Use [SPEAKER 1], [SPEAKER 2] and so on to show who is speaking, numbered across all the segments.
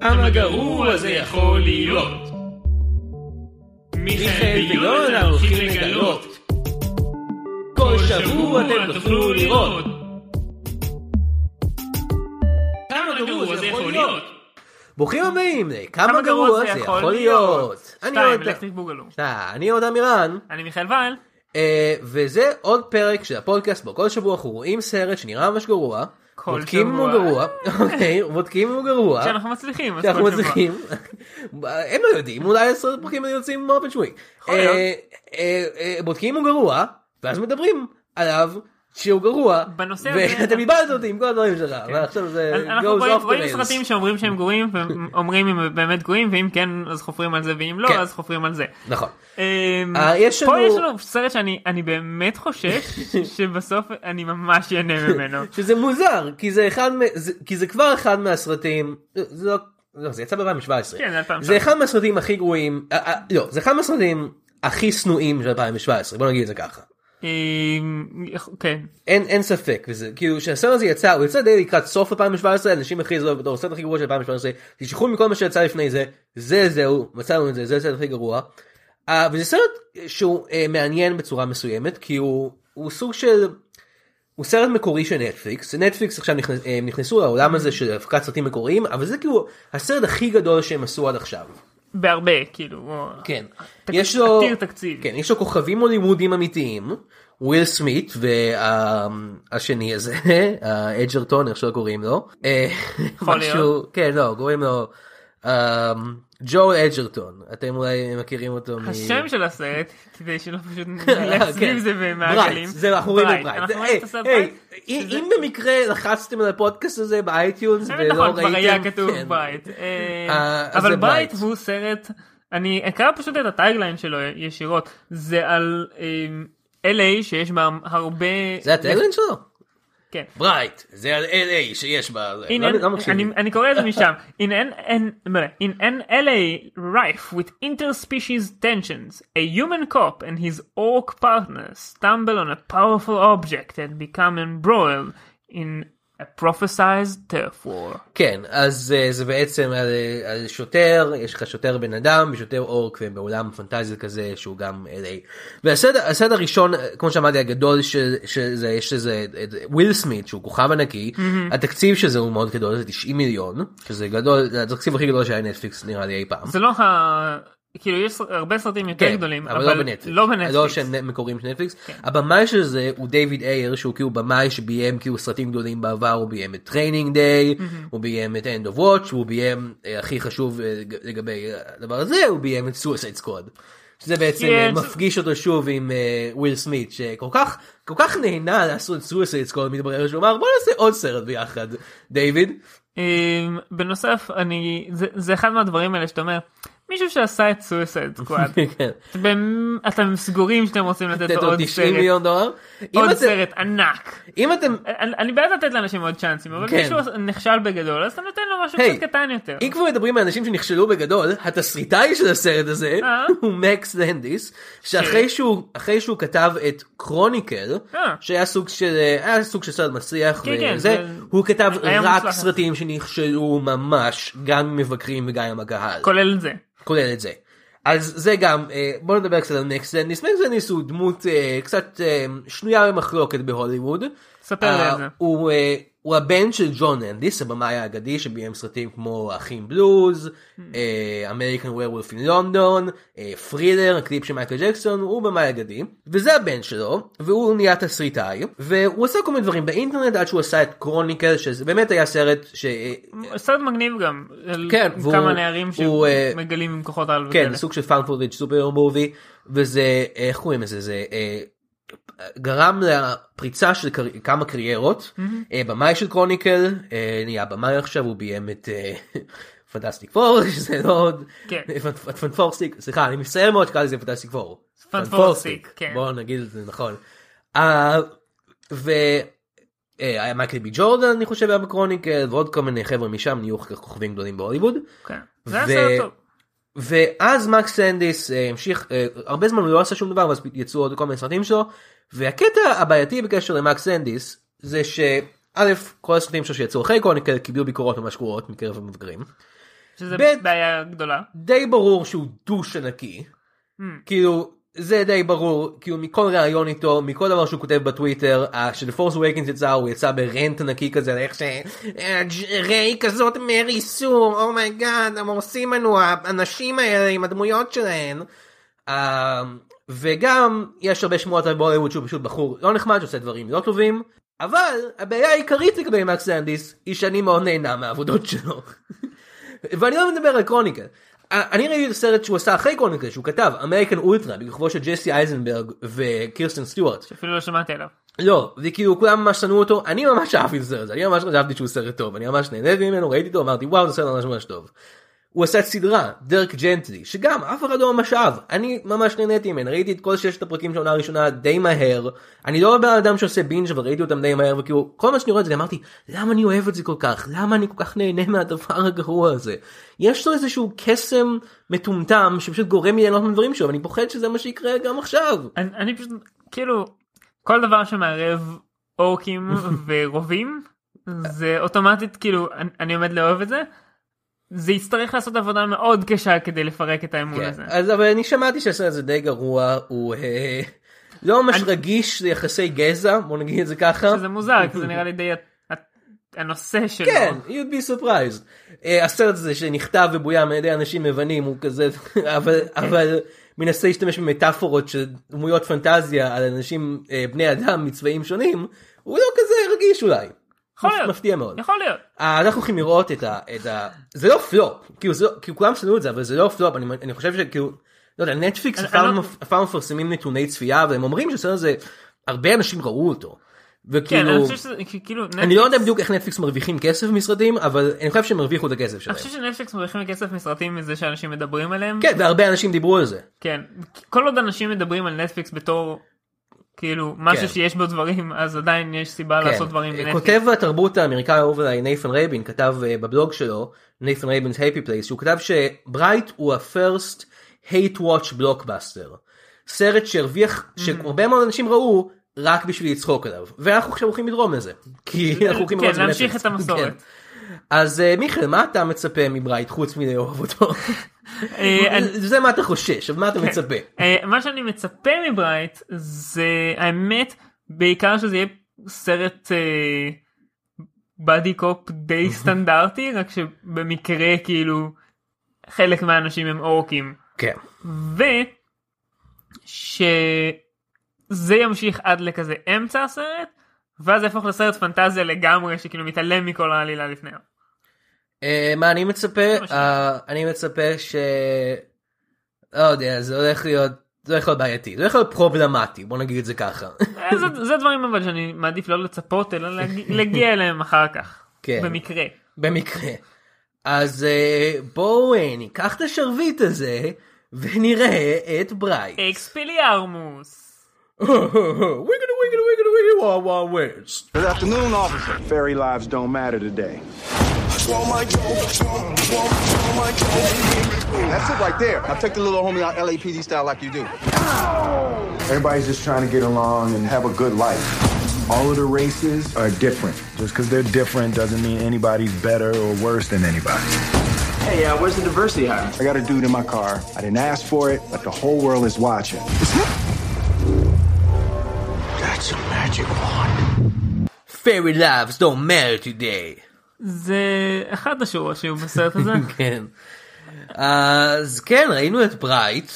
[SPEAKER 1] כמה גרוע זה יכול להיות. מיכאל ויונה הולכים לגלות. כל שבוע אתם תוכלו לראות. כמה גרוע זה יכול להיות.
[SPEAKER 2] ברוכים הבאים, כמה גרוע זה יכול להיות. אני
[SPEAKER 3] שתיים,
[SPEAKER 2] עוד...
[SPEAKER 3] אלקטריק בוגלו.
[SPEAKER 2] אה, אני עוד אמירן,
[SPEAKER 3] אני מיכאל וייל.
[SPEAKER 2] אה, וזה עוד פרק של הפודקאסט בו כל שבוע אנחנו רואים סרט שנראה ממש גרוע,
[SPEAKER 3] כל
[SPEAKER 2] בודקים אם הוא
[SPEAKER 3] שבוע.
[SPEAKER 2] גרוע, אוקיי, בודקים אם הוא גרוע,
[SPEAKER 3] שאנחנו מצליחים. אז
[SPEAKER 2] שאנחנו
[SPEAKER 3] כל שבוע.
[SPEAKER 2] מצליחים, הם לא יודעים, אולי עשרה פרקים האלה יוצאים מאופן שמואל,
[SPEAKER 3] יכול להיות.
[SPEAKER 2] אה, בודקים אם הוא גרוע, ואז מדברים עליו. שהוא גרוע,
[SPEAKER 3] בנושא הזה-
[SPEAKER 2] ואתה איבדת אותי עם כל הדברים שלך, אבל עכשיו זה
[SPEAKER 3] אז אה, אנחנו
[SPEAKER 2] goes
[SPEAKER 3] רואים-
[SPEAKER 2] off the
[SPEAKER 3] רואים
[SPEAKER 2] rails.
[SPEAKER 3] סרטים שאומרים שהם גרועים ואומרים אם הם באמת גרועים ואם כן אז חופרים על זה ואם לא
[SPEAKER 2] כן.
[SPEAKER 3] אז חופרים על זה.
[SPEAKER 2] נכון.
[SPEAKER 3] אמ,
[SPEAKER 2] אה, יש
[SPEAKER 3] פה
[SPEAKER 2] לנו-
[SPEAKER 3] יש לנו סרט שאני אני באמת חושש שבסוף אני ממש אהנה ממנו.
[SPEAKER 2] שזה מוזר כי זה אחד מ... זה... כי זה כבר אחד מהסרטים זה לא, לא זה יצא ב-2017
[SPEAKER 3] כן, זה 2017.
[SPEAKER 2] זה אחד מהסרטים הכי גרועים אה, אה, לא זה אחד מהסרטים הכי שנואים של 2017 בוא נגיד את זה ככה
[SPEAKER 3] אמ, כן.
[SPEAKER 2] אין אין ספק וזה כאילו שהסרט הזה יצא הוא יצא די לקראת סוף 2017 אנשים הכריזו עליו בתור הסרט הכי גרוע של 2017 תשכחו מכל מה שיצא לפני זה זה זהו מצאנו את זה זה הסרט הכי גרוע. אה, וזה סרט שהוא אה, מעניין בצורה מסוימת כי הוא הוא סוג של הוא סרט מקורי של נטפליקס נטפליקס עכשיו נכנס, אה, הם נכנסו לעולם הזה של הפקת סרטים מקוריים אבל זה כאילו הסרט הכי גדול שהם עשו עד עכשיו.
[SPEAKER 3] בהרבה כאילו. הוא-
[SPEAKER 2] כן.
[SPEAKER 3] תק-
[SPEAKER 2] יש לו...
[SPEAKER 3] עתיר תקציב.
[SPEAKER 2] כן, יש לו כוכבים הוליוודיים אמיתיים. וויל סמית והשני הזה, אג'רטון, איך שלא קוראים לו. אה,
[SPEAKER 3] יכול
[SPEAKER 2] משהו-
[SPEAKER 3] להיות.
[SPEAKER 2] כן, לא, קוראים לו אה, ג'ו אג'רטון. אתם אולי מכירים אותו מ...
[SPEAKER 3] השם של הסרט כדי שלא פשוט
[SPEAKER 2] אה,
[SPEAKER 3] נלך סביב
[SPEAKER 2] כן.
[SPEAKER 3] זה
[SPEAKER 2] ברייט,
[SPEAKER 3] במעגלים.
[SPEAKER 2] זה אנחנו רואים
[SPEAKER 3] ברייט.
[SPEAKER 2] את ברייט.
[SPEAKER 3] אנחנו
[SPEAKER 2] זה- אה, היי,
[SPEAKER 3] רואים את הסרט
[SPEAKER 2] היי,
[SPEAKER 3] ברייט,
[SPEAKER 2] אם
[SPEAKER 3] שזה-
[SPEAKER 2] אם במקרה לחצתם על הפודקאסט הזה באייטיונס ולא
[SPEAKER 3] האמת,
[SPEAKER 2] ראיתם...
[SPEAKER 3] נכון, כבר היה כתוב
[SPEAKER 2] כן.
[SPEAKER 3] ברייט. אה,
[SPEAKER 2] אה, אז זה
[SPEAKER 3] אבל
[SPEAKER 2] ברייט.
[SPEAKER 3] ברייט הוא סרט, אני אקרא פשוט את הטייגליין שלו ישירות, זה על אה, LA שיש בה הרבה...
[SPEAKER 2] זה הטלנט שלו?
[SPEAKER 3] כן.
[SPEAKER 2] ברייט, זה על LA שיש בה... זה.
[SPEAKER 3] In
[SPEAKER 2] לא-
[SPEAKER 3] an-
[SPEAKER 2] לא מקשיב לי.
[SPEAKER 3] אני- אני קורא את זה משם. In an- an- בלה. In an LA rife with interspecies tensions, a human cop and his orc partner stumble on a powerful object and become embroiled in a prophesized turf war.
[SPEAKER 2] כן, אז אה, זה בעצם על, אה, על שוטר, יש לך שוטר בן אדם ושוטר אורק ובעולם פנטזיה כזה שהוא גם אליי. והסד הראשון, אה, כמו שאמרתי, הגדול של, של זה, יש אה, לזה את וויל סמית שהוא כוכב ענקי, התקציב של זה הוא מאוד גדול, זה 90 מיליון, שזה גדול, זה התקציב הכי גדול שהיה נטפליקס נראה לי אי פעם.
[SPEAKER 3] זה לא ה... כאילו יש הרבה סרטים יותר
[SPEAKER 2] כן,
[SPEAKER 3] גדולים,
[SPEAKER 2] אבל לא בנטפליקס,
[SPEAKER 3] לא בנטפליקס. כן.
[SPEAKER 2] לא שהם מקוריים של נטפליקס, הבמאי של זה הוא דיוויד אייר שהוא כאילו במאי שביים כאילו סרטים גדולים בעבר, הוא ביים את טריינינג דיי,
[SPEAKER 3] Mm-hmm.
[SPEAKER 2] הוא ביים את end of watch, הוא ביים אה, הכי חשוב אה, לג- לגבי הדבר הזה, הוא ביים את suicide squad. שזה בעצם
[SPEAKER 3] כן,
[SPEAKER 2] אה,
[SPEAKER 3] זה-
[SPEAKER 2] מפגיש אותו שוב עם אה, וויל סמית שכל כך כל כך נהנה לעשות suicide squad מתברר שהוא אמר בוא נעשה עוד סרט ביחד דיוויד.
[SPEAKER 3] אמ, בנוסף אני זה, זה אחד מהדברים האלה שאתה אומר מישהו שעשה את סויסד סקואד
[SPEAKER 2] כן.
[SPEAKER 3] אתם סגורים שאתם רוצים לתת
[SPEAKER 2] לתת
[SPEAKER 3] לו
[SPEAKER 2] לו
[SPEAKER 3] עוד
[SPEAKER 2] 90
[SPEAKER 3] סרט
[SPEAKER 2] מיליון דולר. אם
[SPEAKER 3] עוד
[SPEAKER 2] אתם-
[SPEAKER 3] סרט ענק.
[SPEAKER 2] אם אתם
[SPEAKER 3] אני אני בעד לתת לאנשים עוד צ'אנסים אבל
[SPEAKER 2] כן.
[SPEAKER 3] מישהו נכשל בגדול אז אתה נותן לו משהו
[SPEAKER 2] היי,
[SPEAKER 3] קצת קטן יותר.
[SPEAKER 2] אם כבר מדברים על אנשים שנכשלו בגדול, התסריטאי של הסרט הזה
[SPEAKER 3] אה? אוקיי.
[SPEAKER 2] הוא מקס לנדיס, שאחרי שהוא אחרי שהוא כתב את קרוניקל,
[SPEAKER 3] אה.
[SPEAKER 2] שהיה סוג של היה סוג של סרט מצליח,
[SPEAKER 3] כן, כן,
[SPEAKER 2] וזה,
[SPEAKER 3] זה-
[SPEAKER 2] הוא כתב
[SPEAKER 3] היה
[SPEAKER 2] רק
[SPEAKER 3] מוצלח.
[SPEAKER 2] סרטים שנכשלו ממש, גם עם מבקרים וגם עם הקהל,
[SPEAKER 3] כולל זה.
[SPEAKER 2] כולל את זה. אז זה גם, אה, בוא נדבר קצת על מקס לנדיס, מקס לנדיס הוא דמות אה, קצת אה, שנויה במחלוקת בהוליווד.
[SPEAKER 3] ספר לי על זה.
[SPEAKER 2] אה, הוא, אה, הוא הבן של ג'ון אנדיס, הבמאי האגדי שביים סרטים כמו אחים בלוז,
[SPEAKER 3] Hmm.
[SPEAKER 2] אה, אמריקן ווירולף אין לונדון, פרילר, אה, הקליפ של מייקל ג'קסון, הוא במאי אגדי, וזה הבן שלו, והוא נהיה תסריטאי, והוא עשה כל מיני דברים באינטרנט עד שהוא עשה את קרוניקל, שזה באמת היה סרט ש... אה,
[SPEAKER 3] סרט מגניב גם. על
[SPEAKER 2] כן, והוא-
[SPEAKER 3] כמה נערים
[SPEAKER 2] הוא, אה,
[SPEAKER 3] שמגלים כוחות על.
[SPEAKER 2] כן,
[SPEAKER 3] וכאלה.
[SPEAKER 2] סוג של פאנד פוטג' סופר מובי, וזה, איך קוראים לזה, זה אה, גרם לפריצה של קר... כמה קריירות, אה, במאי של קרוניקל, אה, נהיה במאי עכשיו, הוא ביים את פנטסטיק פור, שזה לא עוד,
[SPEAKER 3] כן.
[SPEAKER 2] פנפורסטיק, סליחה, אני מצטער מאוד שקראתי לזה פנטסטיק פור.
[SPEAKER 3] פנפורסטיק, כן.
[SPEAKER 2] בואו נגיד את זה נכון. אה, ו... אה, היה מייקל בי ג'ורדן אני חושב היה בקרוניקל ועוד כל מיני חבר'ה משם נהיו אחר כך כוכבים גדולים בהוליווד.
[SPEAKER 3] כן. זה היה
[SPEAKER 2] ו-
[SPEAKER 3] סרט טוב.
[SPEAKER 2] ואז מקס סנדיס אה, המשיך אה, הרבה זמן הוא לא עשה שום דבר ואז יצאו עוד כל מיני סרטים שלו והקטע הבעייתי בקשר למקס סנדיס זה שא' כל הסרטים שלו שיצאו אחרי קרוניקל קיבלו ביקורות ממש גרועות מקרב המבגרים
[SPEAKER 3] שזה
[SPEAKER 2] ב'-
[SPEAKER 3] בעיה גדולה.
[SPEAKER 2] די ברור שהוא דוש ענקי. כאילו, זה די ברור, כאילו מכל ראיון איתו, מכל דבר שהוא כותב בטוויטר, אה, כשThe Force Awakens יצא, הוא יצא ברנט ענקי כזה, על איך ש... אה, ג'- ריי כזאת מרי סור, אומייגאד, הם הורסים לנו, האנשים האלה עם הדמויות שלהן. אה, וגם, יש הרבה שמועות על בוליווד שהוא פשוט בחור לא נחמד, שעושה דברים לא טובים. אבל הבעיה העיקרית לגבי מקס אנדיס היא שאני מאוד נהנה מהעבודות שלו. ואני לא מדבר על קרוניקל. אה, אני ראיתי את הסרט שהוא עשה אחרי קרוניקל שהוא כתב אמריקן אולטרה בכיכובו של ג'סי אייזנברג וקירסטן סטיוארט.
[SPEAKER 3] אפילו לא שמעתי עליו.
[SPEAKER 2] לא זה כאילו כולם ממש שנאו אותו אני ממש אהבתי את הסרט הזה אני ממש חשבתי שהוא סרט טוב אני ממש נהניתי ממנו ראיתי אותו אמרתי וואו זה סרט ממש ממש טוב. הוא עשה סדרה דרק ג'נטלי שגם אף אחד לא ממש אהב אני ממש נהניתי ממנה ראיתי את כל ששת הפרקים של העונה הראשונה די מהר אני לא בן אדם שעושה בינג' אבל ראיתי אותם די מהר וכאילו כל מה שאני רואה את זה אמרתי למה אני אוהב את זה כל כך למה אני כל כך נהנה מהדבר הגרוע הזה יש לו איזשהו קסם מטומטם שפשוט גורם לי ליהנות מהדברים שלו ואני פוחד שזה מה שיקרה גם עכשיו.
[SPEAKER 3] אני, אני פשוט כאילו כל דבר שמערב אורקים ורובים זה אוטומטית כאילו אני, אני עומד לאהוב את זה. זה יצטרך לעשות עבודה מאוד קשה כדי לפרק את האמון
[SPEAKER 2] כן,
[SPEAKER 3] הזה.
[SPEAKER 2] אז אבל אני שמעתי שהסרט הזה די גרוע הוא אה, לא ממש
[SPEAKER 3] אני-
[SPEAKER 2] רגיש ליחסי גזע בוא נגיד את זה ככה.
[SPEAKER 3] שזה מוזר כי זה נראה לי די ה- ה- הנושא שלו.
[SPEAKER 2] כן, you'd be surprised. אה, הסרט הזה שנכתב ובוים על ידי אנשים לבנים הוא כזה אבל
[SPEAKER 3] כן.
[SPEAKER 2] אבל מנסה להשתמש במטאפורות של דמויות פנטזיה על אנשים אה, בני אדם מצבעים שונים הוא לא כזה רגיש אולי.
[SPEAKER 3] יכול להיות.
[SPEAKER 2] מפתיע מאוד.
[SPEAKER 3] יכול להיות.
[SPEAKER 2] אה, אנחנו הולכים לראות את ה... את ה... זה לא פלופ, כאילו, זה לא, כאילו כולם שנאו את זה, אבל זה לא פלופ, אני, אני חושב שכאילו, לא יודע, נטפליקס
[SPEAKER 3] אני-
[SPEAKER 2] אף פעם
[SPEAKER 3] אני
[SPEAKER 2] לא
[SPEAKER 3] לא-
[SPEAKER 2] אף פעם לא מפרסמים נתוני צפייה, והם אומרים שהסרט הזה, הרבה אנשים ראו אותו.
[SPEAKER 3] כן,
[SPEAKER 2] וכאילו,
[SPEAKER 3] אני חושב שזה כי- כאילו
[SPEAKER 2] אני לא יודע
[SPEAKER 3] נטפליקס-
[SPEAKER 2] בדיוק איך נטפליקס מרוויחים כסף מסרטים, אבל אני חושב שהם הרוויחו את הכסף
[SPEAKER 3] אני
[SPEAKER 2] שלהם.
[SPEAKER 3] חושב שנטפליקס מרוויחים כסף מסרטים מזה שאנשים מדברים עליהם.
[SPEAKER 2] כן, והרבה אנשים דיברו על זה.
[SPEAKER 3] כן. כל עוד אנשים מדברים על נטפליקס בתור כאילו משהו
[SPEAKER 2] כן.
[SPEAKER 3] שיש בו דברים אז עדיין יש סיבה לעשות דברים
[SPEAKER 2] אה,
[SPEAKER 3] בנטפליקס.
[SPEAKER 2] כותב התרבות האמריקאי האהוב עליי נייתן רייבין כתב אה, בבלוג שלו נייתן רייבינ's happy place שהוא כתב שברייט הוא ה-first hate watch blockbuster. סרט שהרוויח
[SPEAKER 3] Mm.
[SPEAKER 2] שהרבה מאוד אנשים ראו רק בשביל לצחוק עליו ואנחנו עכשיו הולכים לדרום לזה. כי אנחנו הולכים
[SPEAKER 3] כן,
[SPEAKER 2] לראות את זה
[SPEAKER 3] להמשיך
[SPEAKER 2] בנטפליקס.
[SPEAKER 3] את המסורת.
[SPEAKER 2] כן. אז אה, מיכאל מה אתה מצפה מברייט חוץ מלאהוב אותו?
[SPEAKER 3] אה, אני-
[SPEAKER 2] זה מה אתה חושש אבל מה אתה מצפה?
[SPEAKER 3] אה, מה שאני מצפה מברייט זה האמת בעיקר שזה יהיה סרט בדי קופ די סטנדרטי רק שבמקרה כאילו חלק מהאנשים הם אורקים
[SPEAKER 2] כן.
[SPEAKER 3] ושזה ימשיך עד לכזה אמצע הסרט ואז זה יהפוך לסרט פנטזיה לגמרי שכאילו מתעלם מכל העלילה לפני.
[SPEAKER 2] אה, מה אני מצפה?
[SPEAKER 3] מה ש-
[SPEAKER 2] אה, אני מצפה ש... לא יודע, זה הולך להיות... זה הולך להיות בעייתי, זה הולך להיות פרובלמטי, בוא נגיד את זה ככה.
[SPEAKER 3] אה, זה, זה דברים אבל שאני מעדיף לא לצפות אלא להגיע, להגיע אליהם אחר כך
[SPEAKER 2] כן.
[SPEAKER 3] במקרה.
[SPEAKER 2] במקרה. אז אה, בואו אה, ניקח את השרביט הזה ונראה את ברייט.
[SPEAKER 3] אקספיליארמוס.
[SPEAKER 2] ויגלו ויגלו ויגלו ויגלו וואו וואו וואו.
[SPEAKER 4] Good afternoon, officer. Fairy lives don't matter today.
[SPEAKER 5] That's it right there. Now take the little homie out LAPD style like you do.
[SPEAKER 4] Everybody's just trying to get along and have a good life. All of the races are different. Just because they're different doesn't mean anybody's better or worse than anybody.
[SPEAKER 6] Hey, uh, where's the diversity hire?
[SPEAKER 4] I got a dude in my car. I didn't ask for it, but the whole world is watching. That's a magic wand.
[SPEAKER 2] Fairy loves don't matter today.
[SPEAKER 3] זה אחד השורות שהיו בסרט הזה.
[SPEAKER 2] כן. אז כן, ראינו את ברייט.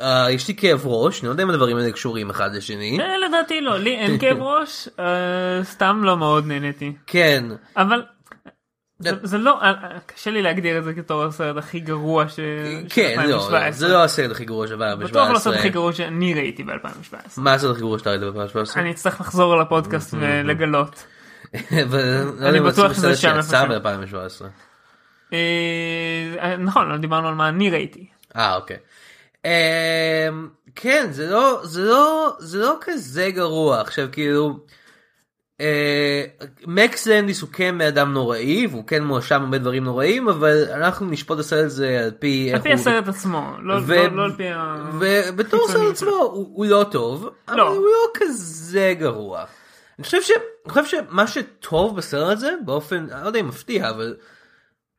[SPEAKER 2] אה, יש לי כאב ראש, אני לא יודע אם הדברים האלה קשורים אחד לשני.
[SPEAKER 3] אה, לדעתי לא, לי אין כאב ראש, אה, סתם לא מאוד נהניתי.
[SPEAKER 2] כן.
[SPEAKER 3] אבל זה- זה לא, אה, אה, קשה לי להגדיר את זה בתור הסרט הכי גרוע ש...
[SPEAKER 2] כן, לא, לא, זה לא הסרט הכי גרוע של 2017.
[SPEAKER 3] בטוח לא הסרט הכי גרוע שאני ראיתי ב-2017.
[SPEAKER 2] מה הסרט הכי גרוע שאתה ראית ב-2017?
[SPEAKER 3] אני אצטרך לחזור לפודקאסט
[SPEAKER 2] אוקיי.
[SPEAKER 3] ולגלות.
[SPEAKER 2] אני
[SPEAKER 3] בטוח שזה שם
[SPEAKER 2] שיצא
[SPEAKER 3] איפשהו.
[SPEAKER 2] ב-2017.
[SPEAKER 3] אה, נכון, לא דיברנו על מה אני ראיתי.
[SPEAKER 2] אה, אוקיי. אמ, כן, זה לא, זה לא, זה לא כזה גרוע. עכשיו, כאילו, אה, מקס לנדיס הוא כן אדם נוראי, והוא כן מואשם בהרבה דברים נוראים, אבל אנחנו נשפוט את הסרט הזה על פי איך
[SPEAKER 3] על פי הסרט עצמו, לא
[SPEAKER 2] ו-
[SPEAKER 3] לא- לא על פי ה...
[SPEAKER 2] ובתור סרט
[SPEAKER 3] חיצוניות
[SPEAKER 2] עצמו הוא הוא לא טוב, אבל
[SPEAKER 3] לא.
[SPEAKER 2] הוא לא כזה גרוע. אני חושב ש- אני חושב שמה שטוב בסרט הזה באופן, אני לא יודע אם מפתיע, אבל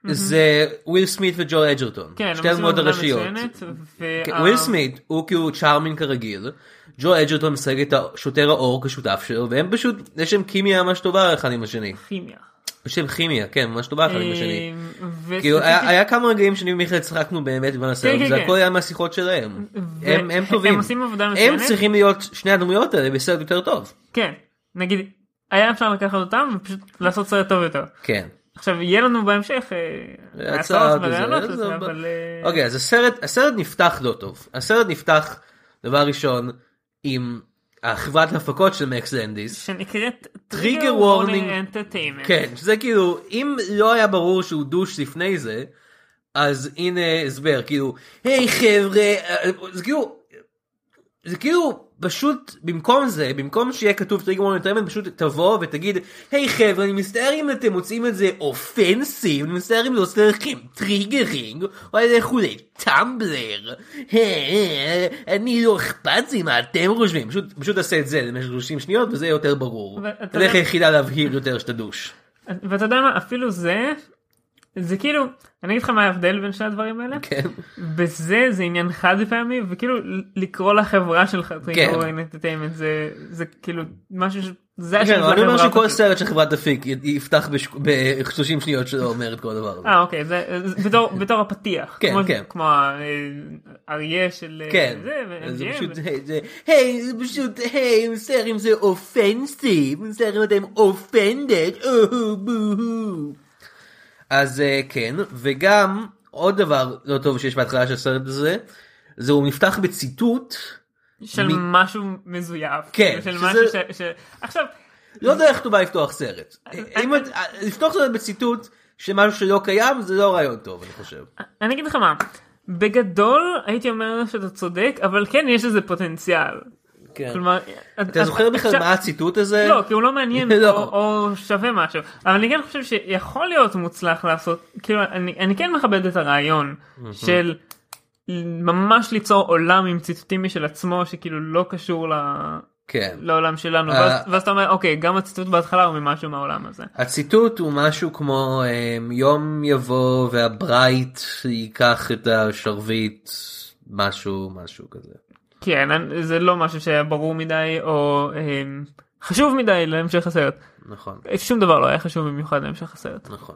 [SPEAKER 2] זה וויל סמית וג'ול אג'רטון.
[SPEAKER 3] כן,
[SPEAKER 2] שתי הדמות הראשיות. כן,
[SPEAKER 3] אה,
[SPEAKER 2] וויל סמית הוא כאילו צ'ארמין כרגיל, ג'ול אג'רטון משחק את השוטר האור כשותף שלו, והם פשוט, יש להם כימיה ממש טובה אחד עם השני.
[SPEAKER 3] הכימיה.
[SPEAKER 2] יש להם כימיה, כן, ממש טובה אחד עם
[SPEAKER 3] אה,
[SPEAKER 2] השני.
[SPEAKER 3] אמ, ו-
[SPEAKER 2] כאילו, היה היה כמה רגעים שאני ומיכאל צחקנו באמת בזמן הסרט,
[SPEAKER 3] כן,
[SPEAKER 2] זה
[SPEAKER 3] כן.
[SPEAKER 2] הכל היה מהשיחות שלהם.
[SPEAKER 3] ו-
[SPEAKER 2] הם הם
[SPEAKER 3] הם
[SPEAKER 2] טובים.
[SPEAKER 3] עושים עבודה
[SPEAKER 2] הם
[SPEAKER 3] מצוינת.
[SPEAKER 2] צריכים להיות שני הדמויות האלה בסרט יותר טוב.
[SPEAKER 3] כן, נגיד, היה אפשר לקחת אותם ופשוט לעשות סרט טוב יותר.
[SPEAKER 2] כן.
[SPEAKER 3] עכשיו, יהיה לנו בהמשך אה, הצעות
[SPEAKER 2] וזה,
[SPEAKER 3] ורעיונות
[SPEAKER 2] זה
[SPEAKER 3] לזה,
[SPEAKER 2] ב-
[SPEAKER 3] אבל... אה,
[SPEAKER 2] אוקיי, אז הסרט, הסרט נפתח לא טוב. הסרט נפתח, דבר ראשון, עם החברת הפקות של מקס לנדיס.
[SPEAKER 3] שנקראת
[SPEAKER 2] Trigger
[SPEAKER 3] טריגר
[SPEAKER 2] Warning.
[SPEAKER 3] וורנינג אנטרטיימנט.
[SPEAKER 2] כן, שזה כאילו, אם לא היה ברור שהוא דוש לפני זה, אז הנה הסבר, כאילו, היי חבר'ה, אה, זה כאילו, זה כאילו פשוט במקום זה במקום שיהיה כתוב טריגר וורנינג אינטרמנט פשוט תבוא ותגיד היי חבר'ה אני מצטער אם אתם מוצאים את זה אופנסיב אני מצטער אם זה עושה לכם טריגרינג או לכו לטמבלר "אה, אה, אני לא אכפת לי מה אתם חושבים פשוט פשוט תעשה את זה למשך 30 שניות וזה יהיה יותר ברור.
[SPEAKER 3] אבל אתה
[SPEAKER 2] זה הדרך
[SPEAKER 3] יודע-
[SPEAKER 2] היחידה להבהיר יותר שאתה דוש.
[SPEAKER 3] ואתה יודע מה, אפילו זה, זה כאילו, אני אגיד לך מה ההבדל בין שני הדברים האלה.
[SPEAKER 2] כן.
[SPEAKER 3] בזה זה עניין חד פעמי, וכאילו לקרוא לחברה שלך
[SPEAKER 2] כן.
[SPEAKER 3] טריגר וורנינג אנטרטיימנט, זה כאילו משהו ש... זה השם
[SPEAKER 2] כן,
[SPEAKER 3] של
[SPEAKER 2] אבל אני אומר
[SPEAKER 3] החברה
[SPEAKER 2] שכל
[SPEAKER 3] הזאת.
[SPEAKER 2] סרט של חברת אפיק י- יפתח ב-30 שניות שלא אומר את כל הדבר הזה.
[SPEAKER 3] אה אוקיי זה זה בתור בתור הפתיח
[SPEAKER 2] כן,
[SPEAKER 3] כמו,
[SPEAKER 2] כן.
[SPEAKER 3] כמו האריה של אה,
[SPEAKER 2] כן,
[SPEAKER 3] זה
[SPEAKER 2] אז זה
[SPEAKER 3] ו-
[SPEAKER 2] פשוט, היי, זה- היי, זה פשוט, היי, מצטער אם זה אופנסיב, מצטער אם אתם אופנדד, אוהו בוהו. אז אה, כן, וגם עוד דבר לא טוב שיש בהתחלה של הסרט הזה, זה הוא נפתח בציטוט,
[SPEAKER 3] של
[SPEAKER 2] מי-
[SPEAKER 3] משהו מזויף
[SPEAKER 2] כן,
[SPEAKER 3] של
[SPEAKER 2] שזה-
[SPEAKER 3] משהו ש... ש- עכשיו
[SPEAKER 2] לא דרך טובה לפתוח סרט.
[SPEAKER 3] אה,
[SPEAKER 2] אם את- אה, לפתוח סרט בציטוט של משהו שלא קיים זה לא רעיון טוב אני חושב.
[SPEAKER 3] אני אגיד לך מה בגדול הייתי אומר שאתה צודק אבל כן יש לזה פוטנציאל כלומר
[SPEAKER 2] אתה זוכר בכלל מה הציטוט הזה?
[SPEAKER 3] לא כי הוא לא מעניין
[SPEAKER 2] לא.
[SPEAKER 3] או, או שווה משהו אבל אני כן חושב שיכול להיות מוצלח לעשות כאילו אני, אני כן מכבד את הרעיון של ממש ליצור עולם עם ציטוטים משל עצמו שכאילו לא קשור ל...
[SPEAKER 2] כן.
[SPEAKER 3] לעולם שלנו
[SPEAKER 2] אה.
[SPEAKER 3] ואז, ואז אתה אומר אוקיי גם הציטוט בהתחלה הוא ממשהו מהעולם הזה.
[SPEAKER 2] הציטוט הוא משהו כמו אמ, יום יבוא והברייט ייקח את השרביט משהו משהו כזה.
[SPEAKER 3] כן אני- זה לא משהו שהיה ברור מדי או אמ, חשוב מדי להמשך הסרט
[SPEAKER 2] נכון
[SPEAKER 3] שום דבר לא היה חשוב במיוחד להמשך הסרט.
[SPEAKER 2] נכון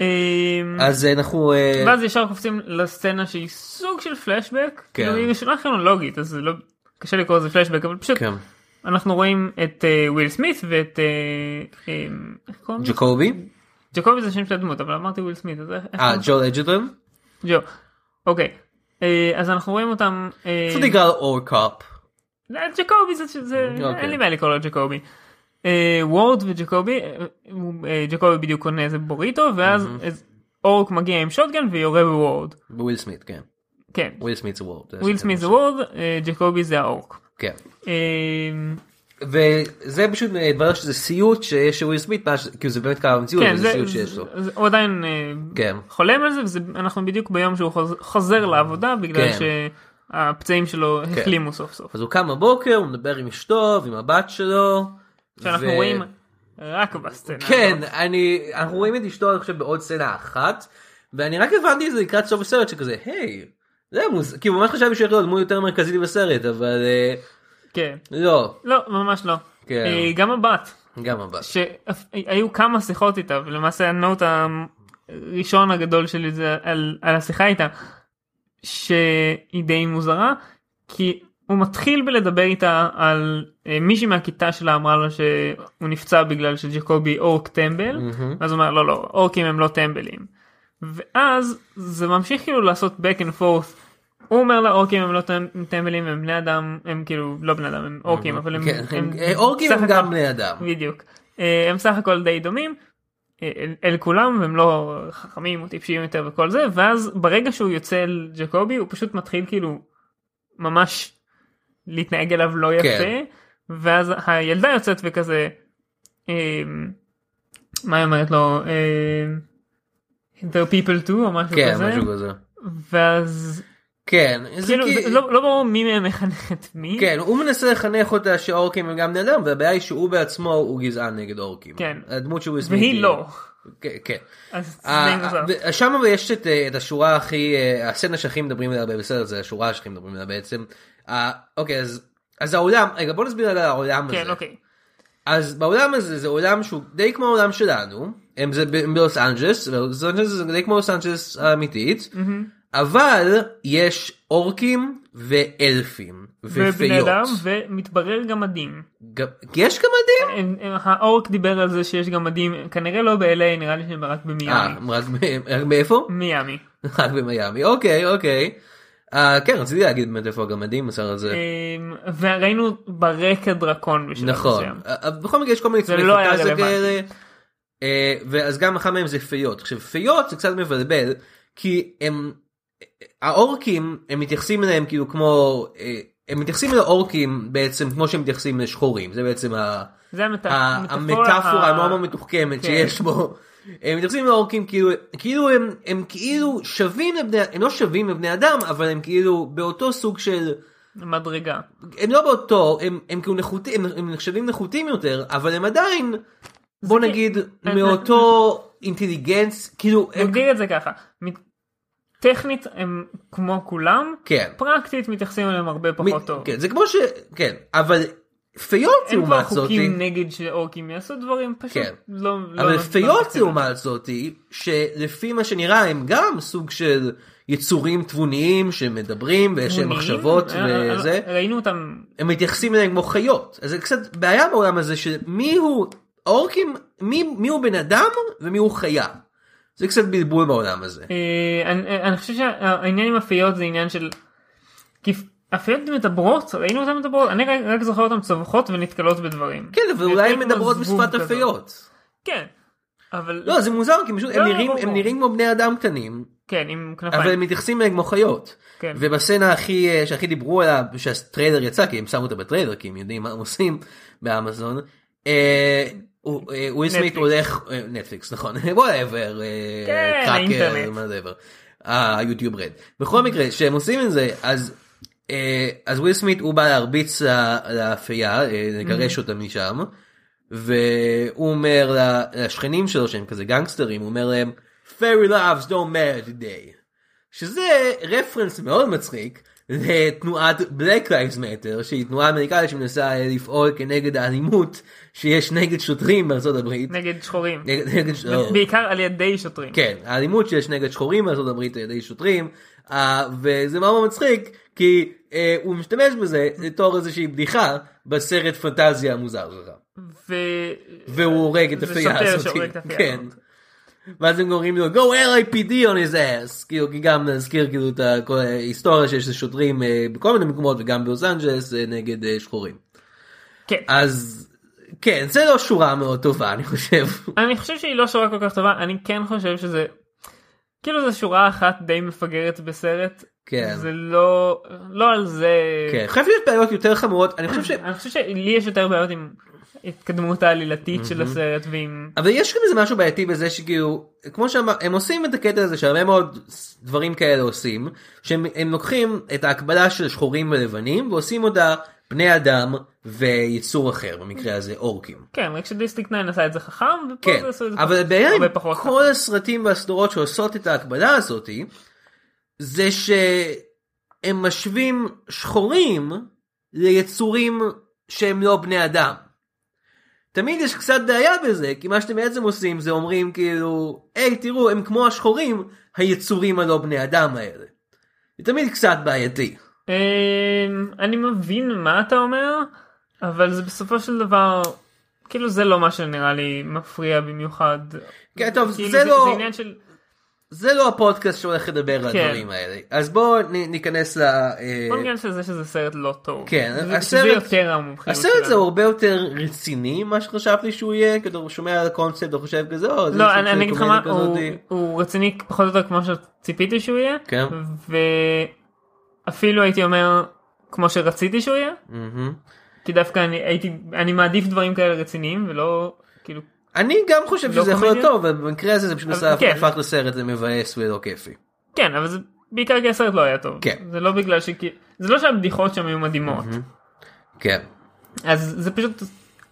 [SPEAKER 3] אמ,
[SPEAKER 2] אז אה, אנחנו אה, כן.
[SPEAKER 3] ואז ישר קופצים לסצנה שהיא סוג של פלשבק, כאילו היא ראשונה כרונולוגית אז זה לא קשה לקרוא לזה פלשבק אבל פשוט
[SPEAKER 2] כן.
[SPEAKER 3] אנחנו רואים את אה, וויל סמית ואת אה, אה, איך קוראים לו?
[SPEAKER 2] ג'קובי
[SPEAKER 3] ג'קובי זה שם של הדמות אבל אמרתי וויל סמית אז איך איך
[SPEAKER 2] אה
[SPEAKER 3] קוראים לו?
[SPEAKER 2] ג'ול אג'טון
[SPEAKER 3] ג'ו. אוקיי אה, אז אנחנו רואים אותם אה,
[SPEAKER 2] פשוט נקרא לו אור קאפ
[SPEAKER 3] לא, ג'קובי זה שזה
[SPEAKER 2] אוקיי.
[SPEAKER 3] אין לי בעיה לקרוא לו ג'קובי. אה, וורד וג'קובי אה, הוא- אה, ג'קובי בדיוק קונה איזה בוריטו ואז איזה אורק מגיע עם שוטגן ויורה בוורד.
[SPEAKER 2] וויל סמית כן
[SPEAKER 3] כן.
[SPEAKER 2] וויל סמית זה וורד.
[SPEAKER 3] וויל סמית זה וורד, אה, ג'קובי זה האורק.
[SPEAKER 2] כן.
[SPEAKER 3] אה,
[SPEAKER 2] וזה פשוט אה, התברר שזה סיוט שיש לוויל סמית מה ש- כאילו זה באמת קרה במציאות
[SPEAKER 3] כן,
[SPEAKER 2] אבל זה
[SPEAKER 3] זה,
[SPEAKER 2] סיוט
[SPEAKER 3] זה-
[SPEAKER 2] שיש לו.
[SPEAKER 3] זה- הוא עדיין אה,
[SPEAKER 2] כן. Mm.
[SPEAKER 3] חולם על זה, ואנחנו בדיוק ביום שהוא חוז- חוזר לעבודה בגלל
[SPEAKER 2] כן.
[SPEAKER 3] שהפצעים שלו החלימו סוף סוף.
[SPEAKER 2] אז הוא קם בבוקר הוא מדבר עם אשתו ועם הבת שלו.
[SPEAKER 3] שאנחנו
[SPEAKER 2] ו-
[SPEAKER 3] רואים רק בסצנה.
[SPEAKER 2] כן,
[SPEAKER 3] הזאת.
[SPEAKER 2] אני, אנחנו רואים את אשתו, אני חושב, בעוד סצנה אחת, ואני רק הבנתי את זה לקראת סוף הסרט, שכזה, היי, זה מוז... כאילו, ממש חשבתי שהולך להיות דמות יותר מרכזית בסרט, אבל אה,
[SPEAKER 3] כן.
[SPEAKER 2] לא,
[SPEAKER 3] לא, ממש לא.
[SPEAKER 2] כן.
[SPEAKER 3] אה, גם הבת,
[SPEAKER 2] גם הבת.
[SPEAKER 3] שהיו כמה שיחות איתה, ולמעשה הנוט הראשון הגדול שלי זה על, על השיחה איתה, שהיא די מוזרה, כי הוא מתחיל בלדבר איתה על אה, מישהי מהכיתה שלה אמרה לו שהוא נפצע בגלל שג'קובי אורק טמבל, אז הוא אומר לא לא, אורקים הם לא טמבלים. ואז זה ממשיך כאילו לעשות back and forth. הוא אומר לה אורקים הם לא טמ- טמבלים הם בני אדם הם כאילו לא בני אדם הם אורקים אבל הם,
[SPEAKER 2] כן, הם- אה, אורקים
[SPEAKER 3] סך
[SPEAKER 2] הם
[SPEAKER 3] הכל-
[SPEAKER 2] גם בני אדם.
[SPEAKER 3] בדיוק. אה, הם סך הכל די דומים אה, אל, אל כולם והם לא חכמים או טיפשים יותר וכל זה ואז ברגע שהוא יוצא אל ג'קובי הוא פשוט מתחיל כאילו ממש להתנהג אליו לא יפה
[SPEAKER 2] כן.
[SPEAKER 3] ואז הילדה יוצאת וכזה אה, מה היא אומרת לו אה, there people too או משהו
[SPEAKER 2] כן,
[SPEAKER 3] כזה
[SPEAKER 2] משהו כזה.
[SPEAKER 3] ואז
[SPEAKER 2] כן, זה
[SPEAKER 3] כאילו זה
[SPEAKER 2] כי...
[SPEAKER 3] לא, לא ברור מי מהם מחנך את מי
[SPEAKER 2] כן, הוא מנסה לחנך אותה שאורקים הם גם בני אדם, והבעיה היא שהוא בעצמו הוא גזען נגד אורקים.
[SPEAKER 3] כן.
[SPEAKER 2] הדמות שהוא הסמיך.
[SPEAKER 3] והיא לא.
[SPEAKER 2] כן, כן.
[SPEAKER 3] אז
[SPEAKER 2] אה,
[SPEAKER 3] שים לזה.
[SPEAKER 2] ו- שם אבל יש את, אה, את השורה הכי, אה, הסצנה שהכי מדברים עליה בסדר, זה השורה שהכי מדברים עליה בעצם. אה, אוקיי, אז, אז העולם, רגע בוא נסביר על העולם
[SPEAKER 3] כן,
[SPEAKER 2] הזה.
[SPEAKER 3] אוקיי.
[SPEAKER 2] אז בעולם הזה זה עולם שהוא די כמו העולם שלנו, הם זה ב- בלוס אנג'לס, ולוס אנג'לס זה די כמו לוס אנג'לס האמיתית, אבל יש אורקים ואלפים
[SPEAKER 3] ובני
[SPEAKER 2] ופיות.
[SPEAKER 3] אדם, ומתברר גמדים.
[SPEAKER 2] גם- יש גמדים?
[SPEAKER 3] הם- הם- האורק דיבר על זה שיש גמדים, כנראה לא ב-LA, נראה לי שהם רק
[SPEAKER 2] אה,
[SPEAKER 3] במיאמי.
[SPEAKER 2] רק ב- רק מאיפה?
[SPEAKER 3] מיאמי.
[SPEAKER 2] רק במיאמי, אוקיי, אוקיי. אה, כן, רציתי להגיד באמת איפה הגמדים, בסדר, זה...
[SPEAKER 3] אמ, וראינו ברקע דרקון בשלב
[SPEAKER 2] נכון.
[SPEAKER 3] מסוים.
[SPEAKER 2] אה, בכל מקרה יש כל מיני
[SPEAKER 3] זה
[SPEAKER 2] צבעי
[SPEAKER 3] לא היה
[SPEAKER 2] פנטזיה
[SPEAKER 3] רלוונטי.
[SPEAKER 2] כאלה. אה, ואז גם אחד מהם זה פיות. עכשיו פיות זה קצת מבלבל, כי הם... האורקים, הם מתייחסים אליהם כאילו כמו... אה, הם מתייחסים לאורקים בעצם כמו שהם מתייחסים לשחורים, זה בעצם ה...
[SPEAKER 3] זה המט-
[SPEAKER 2] ה-
[SPEAKER 3] המטאפורה
[SPEAKER 2] המטאפורה
[SPEAKER 3] ה-
[SPEAKER 2] המאוד מאוד מתוחכמת
[SPEAKER 3] כן.
[SPEAKER 2] שיש בו. הם מתייחסים לאורקים כאילו כאילו הם הם כאילו שווים לבני הם לא שווים לבני אדם אבל הם כאילו באותו סוג של
[SPEAKER 3] מדרגה.
[SPEAKER 2] הם לא באותו הם הם כאילו נחותים הם- הם נחשבים נחותים יותר אבל הם עדיין בוא
[SPEAKER 3] זה כן.
[SPEAKER 2] נגיד
[SPEAKER 3] אה,
[SPEAKER 2] מאותו אינטליגנס כאילו הם-
[SPEAKER 3] נגדיר את זה ככה. מת- טכנית הם כמו כולם,
[SPEAKER 2] כן.
[SPEAKER 3] פרקטית מתייחסים אליהם הרבה
[SPEAKER 2] מ-
[SPEAKER 3] פחות טוב.
[SPEAKER 2] כן, זה כמו ש כן אבל פיות
[SPEAKER 3] אין כבר
[SPEAKER 2] לעומת זאת
[SPEAKER 3] חוקים נגד שאורקים יעשו דברים, פשוט
[SPEAKER 2] כן.
[SPEAKER 3] לא... לא-
[SPEAKER 2] אבל
[SPEAKER 3] לא
[SPEAKER 2] פיות
[SPEAKER 3] מתייחסים.
[SPEAKER 2] לעומת זאתי שלפי מה שנראה הם גם סוג של יצורים תבוניים שמדברים ויש להם
[SPEAKER 3] תבוניים?
[SPEAKER 2] מחשבות
[SPEAKER 3] אה,
[SPEAKER 2] וזה
[SPEAKER 3] אה, ראינו אותם
[SPEAKER 2] הם מתייחסים אליהם כמו חיות אז זה קצת בעיה בעולם הזה של מי הוא אורקים מי, מי הוא בן אדם ומי הוא חיה. זה קצת בלבול בעולם הזה.
[SPEAKER 3] אה, אני, אני חושב שהעניין עם הפיות זה עניין של כי הפיות מדברות ראינו אותן מדברות אני רק, רק זוכר אותן צווחות ונתקלות בדברים
[SPEAKER 2] כן ואולי הן
[SPEAKER 3] זה כמו
[SPEAKER 2] מדברות
[SPEAKER 3] זבוב
[SPEAKER 2] בשפת
[SPEAKER 3] כזה.
[SPEAKER 2] הפיות.
[SPEAKER 3] כן אבל
[SPEAKER 2] לא זה מוזר כי פשוט הם
[SPEAKER 3] לא,
[SPEAKER 2] נראים-
[SPEAKER 3] ברור.
[SPEAKER 2] הם נראים כמו בני אדם קטנים
[SPEAKER 3] כן עם כנפיים
[SPEAKER 2] אבל הם מתייחסים אליהם כמו חיות.
[SPEAKER 3] כן.
[SPEAKER 2] ובסצנה הכי אה, שהכי דיברו עליה שהטריילר יצא כי הם שמו אותה בטריילר כי הם יודעים מה הם עושים באמזון. אה, הוא- אה, וויל סמית
[SPEAKER 3] נטפליקס.
[SPEAKER 2] הולך אה, נטפליקס נכון וואטאבר
[SPEAKER 3] כן, האינטרנט.
[SPEAKER 2] whatever, אה, היוטיוב רד. בכל מקרה שהם עושים את זה אז אה, אז וויל סמית הוא בא להרביץ ל- לאפייה אה,
[SPEAKER 3] Mm-hmm.
[SPEAKER 2] לגרש אותה משם. והוא אומר ל- לשכנים שלו שהם כזה גנגסטרים הוא אומר להם fairy loves don't matter today. שזה רפרנס מאוד מצחיק לתנועת Black Lives Matter שהיא תנועה אמריקאית שמנסה לפעול כנגד האלימות שיש נגד שוטרים בארצות הברית.
[SPEAKER 3] נגד שחורים
[SPEAKER 2] נגד, נגד, לא.
[SPEAKER 3] בעיקר על ידי שוטרים
[SPEAKER 2] כן, האלימות שיש נגד שחורים בארצות הברית על ידי שוטרים, אה, וזה מאוד מאוד מצחיק, כי אה, הוא משתמש בזה לתור איזושהי בדיחה בסרט פנטזיה המוזר שלך.
[SPEAKER 3] ו...
[SPEAKER 2] והוא הורג את
[SPEAKER 3] זה
[SPEAKER 2] הפייה
[SPEAKER 3] שוטר
[SPEAKER 2] הזאת.
[SPEAKER 3] שהורג את אוקיי. הפייה
[SPEAKER 2] כן.
[SPEAKER 3] הזאת.
[SPEAKER 2] ואז הם אומרים לו go LIPD on his ass כאילו כי גם נזכיר כאילו את ה- כל ההיסטוריה שיש לשוטרים אה, בכל מיני מקומות וגם בלוס אנג'לס אה, נגד אה, שחורים.
[SPEAKER 3] כן.
[SPEAKER 2] אז כן זה לא שורה מאוד טובה אני חושב.
[SPEAKER 3] אני חושב שהיא לא שורה כל כך טובה אני כן חושב שזה כאילו זו שורה אחת די מפגרת בסרט
[SPEAKER 2] כן.
[SPEAKER 3] זה לא לא על זה
[SPEAKER 2] כן. אני חושב שיש בעיות יותר חמורות אני חושב ש...
[SPEAKER 3] אני חושב שלי יש יותר בעיות עם ההתקדמות העלילתית של הסרט ועם
[SPEAKER 2] אבל יש גם איזה משהו בעייתי בזה שכאילו כמו שהם הם עושים את הקטע הזה שהרבה מאוד ס- דברים כאלה עושים שהם הם לוקחים את ההקבלה של שחורים ולבנים ועושים אותה בני אדם ויצור אחר במקרה הזה אורקים.
[SPEAKER 3] כן רק שדיסטריק 9 עשה את זה חכם ופה
[SPEAKER 2] כן
[SPEAKER 3] זה עשו את זה
[SPEAKER 2] אבל
[SPEAKER 3] פחות-
[SPEAKER 2] הבעיה עם
[SPEAKER 3] הרבה פחות חכם.
[SPEAKER 2] כל הסרטים והסדרות שעושות את ההקבלה הזאתי זה שהם משווים שחורים ליצורים שהם לא בני אדם. תמיד יש קצת בעיה בזה כי מה שאתם בעצם עושים זה אומרים כאילו היי תראו הם כמו השחורים היצורים הלא בני אדם האלה. זה תמיד קצת בעייתי.
[SPEAKER 3] אמ, אני מבין מה אתה אומר אבל זה בסופו של דבר כאילו זה לא מה שנראה לי מפריע במיוחד.
[SPEAKER 2] כן, טוב,
[SPEAKER 3] כאילו,
[SPEAKER 2] זה לא-
[SPEAKER 3] זה עניין של
[SPEAKER 2] זה לא הפודקאסט שהולך לדבר על
[SPEAKER 3] כן.
[SPEAKER 2] הדברים האלה אז בואו נ- ניכנס ל... אה,
[SPEAKER 3] בוא נגיד על זה שזה סרט לא טוב.
[SPEAKER 2] כן,
[SPEAKER 3] זה-
[SPEAKER 2] הסרט-
[SPEAKER 3] שזה יותר המומחיות
[SPEAKER 2] הסרט זה
[SPEAKER 3] שלנו.
[SPEAKER 2] הוא הרבה יותר רציני ממה שחשבתי שהוא יהיה כאילו שומע על הקונספט וחושב כזה או, זה
[SPEAKER 3] לא,
[SPEAKER 2] סוג
[SPEAKER 3] אני
[SPEAKER 2] של
[SPEAKER 3] אני אגיד לך
[SPEAKER 2] קומדיה
[SPEAKER 3] מה, הוא-
[SPEAKER 2] כזאתי."
[SPEAKER 3] הוא רציני פחות או יותר כמו שציפיתי שהוא יהיה,
[SPEAKER 2] כן.
[SPEAKER 3] ואפילו הייתי אומר כמו שרציתי שהוא יהיה,
[SPEAKER 2] מהמם.
[SPEAKER 3] כי דווקא אני הייתי, אני מעדיף דברים כאלה רציניים ולא כאילו,
[SPEAKER 2] אני גם חושב
[SPEAKER 3] לא
[SPEAKER 2] שזה יכול להיות
[SPEAKER 3] קומדיה?
[SPEAKER 2] טוב אבל במקרה הזה זה פשוט
[SPEAKER 3] אבל-
[SPEAKER 2] עשה-
[SPEAKER 3] כן.
[SPEAKER 2] הפך לסרט זה מבאס ולא כיפי.
[SPEAKER 3] כן, אבל זה בעיקר כי הסרט לא היה טוב,
[SPEAKER 2] כן.
[SPEAKER 3] זה לא בגלל שכי, זה לא שהבדיחות שם היו מדהימות,
[SPEAKER 2] כן.
[SPEAKER 3] אז זה פשוט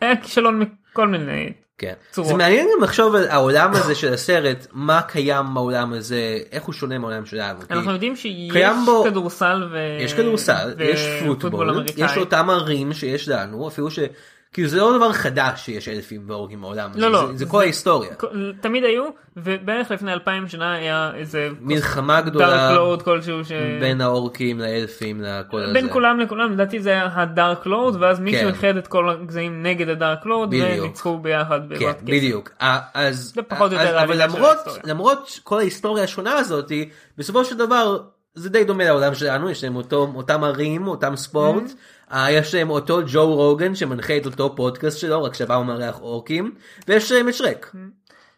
[SPEAKER 3] היה כישלון מכל מיני
[SPEAKER 2] כן.
[SPEAKER 3] צורות.
[SPEAKER 2] זה מעניין גם לחשוב על העולם הזה של הסרט, מה קיים בעולם הזה, איך הוא שונה מהעולם שלנו. כי
[SPEAKER 3] אנחנו יודעים שיש
[SPEAKER 2] קיים בו-
[SPEAKER 3] כדורסל ו...
[SPEAKER 2] יש כדורסל,
[SPEAKER 3] ו-
[SPEAKER 2] יש
[SPEAKER 3] פוטבול
[SPEAKER 2] פוטבול,
[SPEAKER 3] אמריקאי.
[SPEAKER 2] יש אותם ערים שיש לנו, אפילו ש... כאילו זה לא דבר חדש שיש אלפים והורגים בעולם הזה,
[SPEAKER 3] לא, לא,
[SPEAKER 2] זה, זה כל ההיסטוריה.
[SPEAKER 3] כל- תמיד היו, ובערך לפני אלפיים שנה היה איזה...
[SPEAKER 2] מלחמה גדולה
[SPEAKER 3] דארק לורד כלשהו ש...
[SPEAKER 2] בין האורקים לאלפים לכל הזה.
[SPEAKER 3] בין כולם לכולם, לדעתי זה היה הדארק לורד, ואז מישהו
[SPEAKER 2] כן.
[SPEAKER 3] איחד את כל הגזעים נגד הדארק לורד,
[SPEAKER 2] בדיוק.
[SPEAKER 3] וניצחו ביחד
[SPEAKER 2] כן,
[SPEAKER 3] בעזרת כסף.
[SPEAKER 2] בדיוק. אה, אז,
[SPEAKER 3] זה פחות או
[SPEAKER 2] אז-
[SPEAKER 3] יותר
[SPEAKER 2] אבל
[SPEAKER 3] העלילה של
[SPEAKER 2] למרות,
[SPEAKER 3] ההיסטוריה.
[SPEAKER 2] למרות כל ההיסטוריה השונה הזאת, בסופו של דבר זה די דומה לעולם שלנו, יש להם אותו, אותם ערים, אותם ספורט,
[SPEAKER 3] Mm-hmm.
[SPEAKER 2] אה, יש להם אותו ג'ו רוגן שמנחה את אותו פודקאסט שלו, רק שהפעם הוא מארח אורקים, ויש להם את שרק.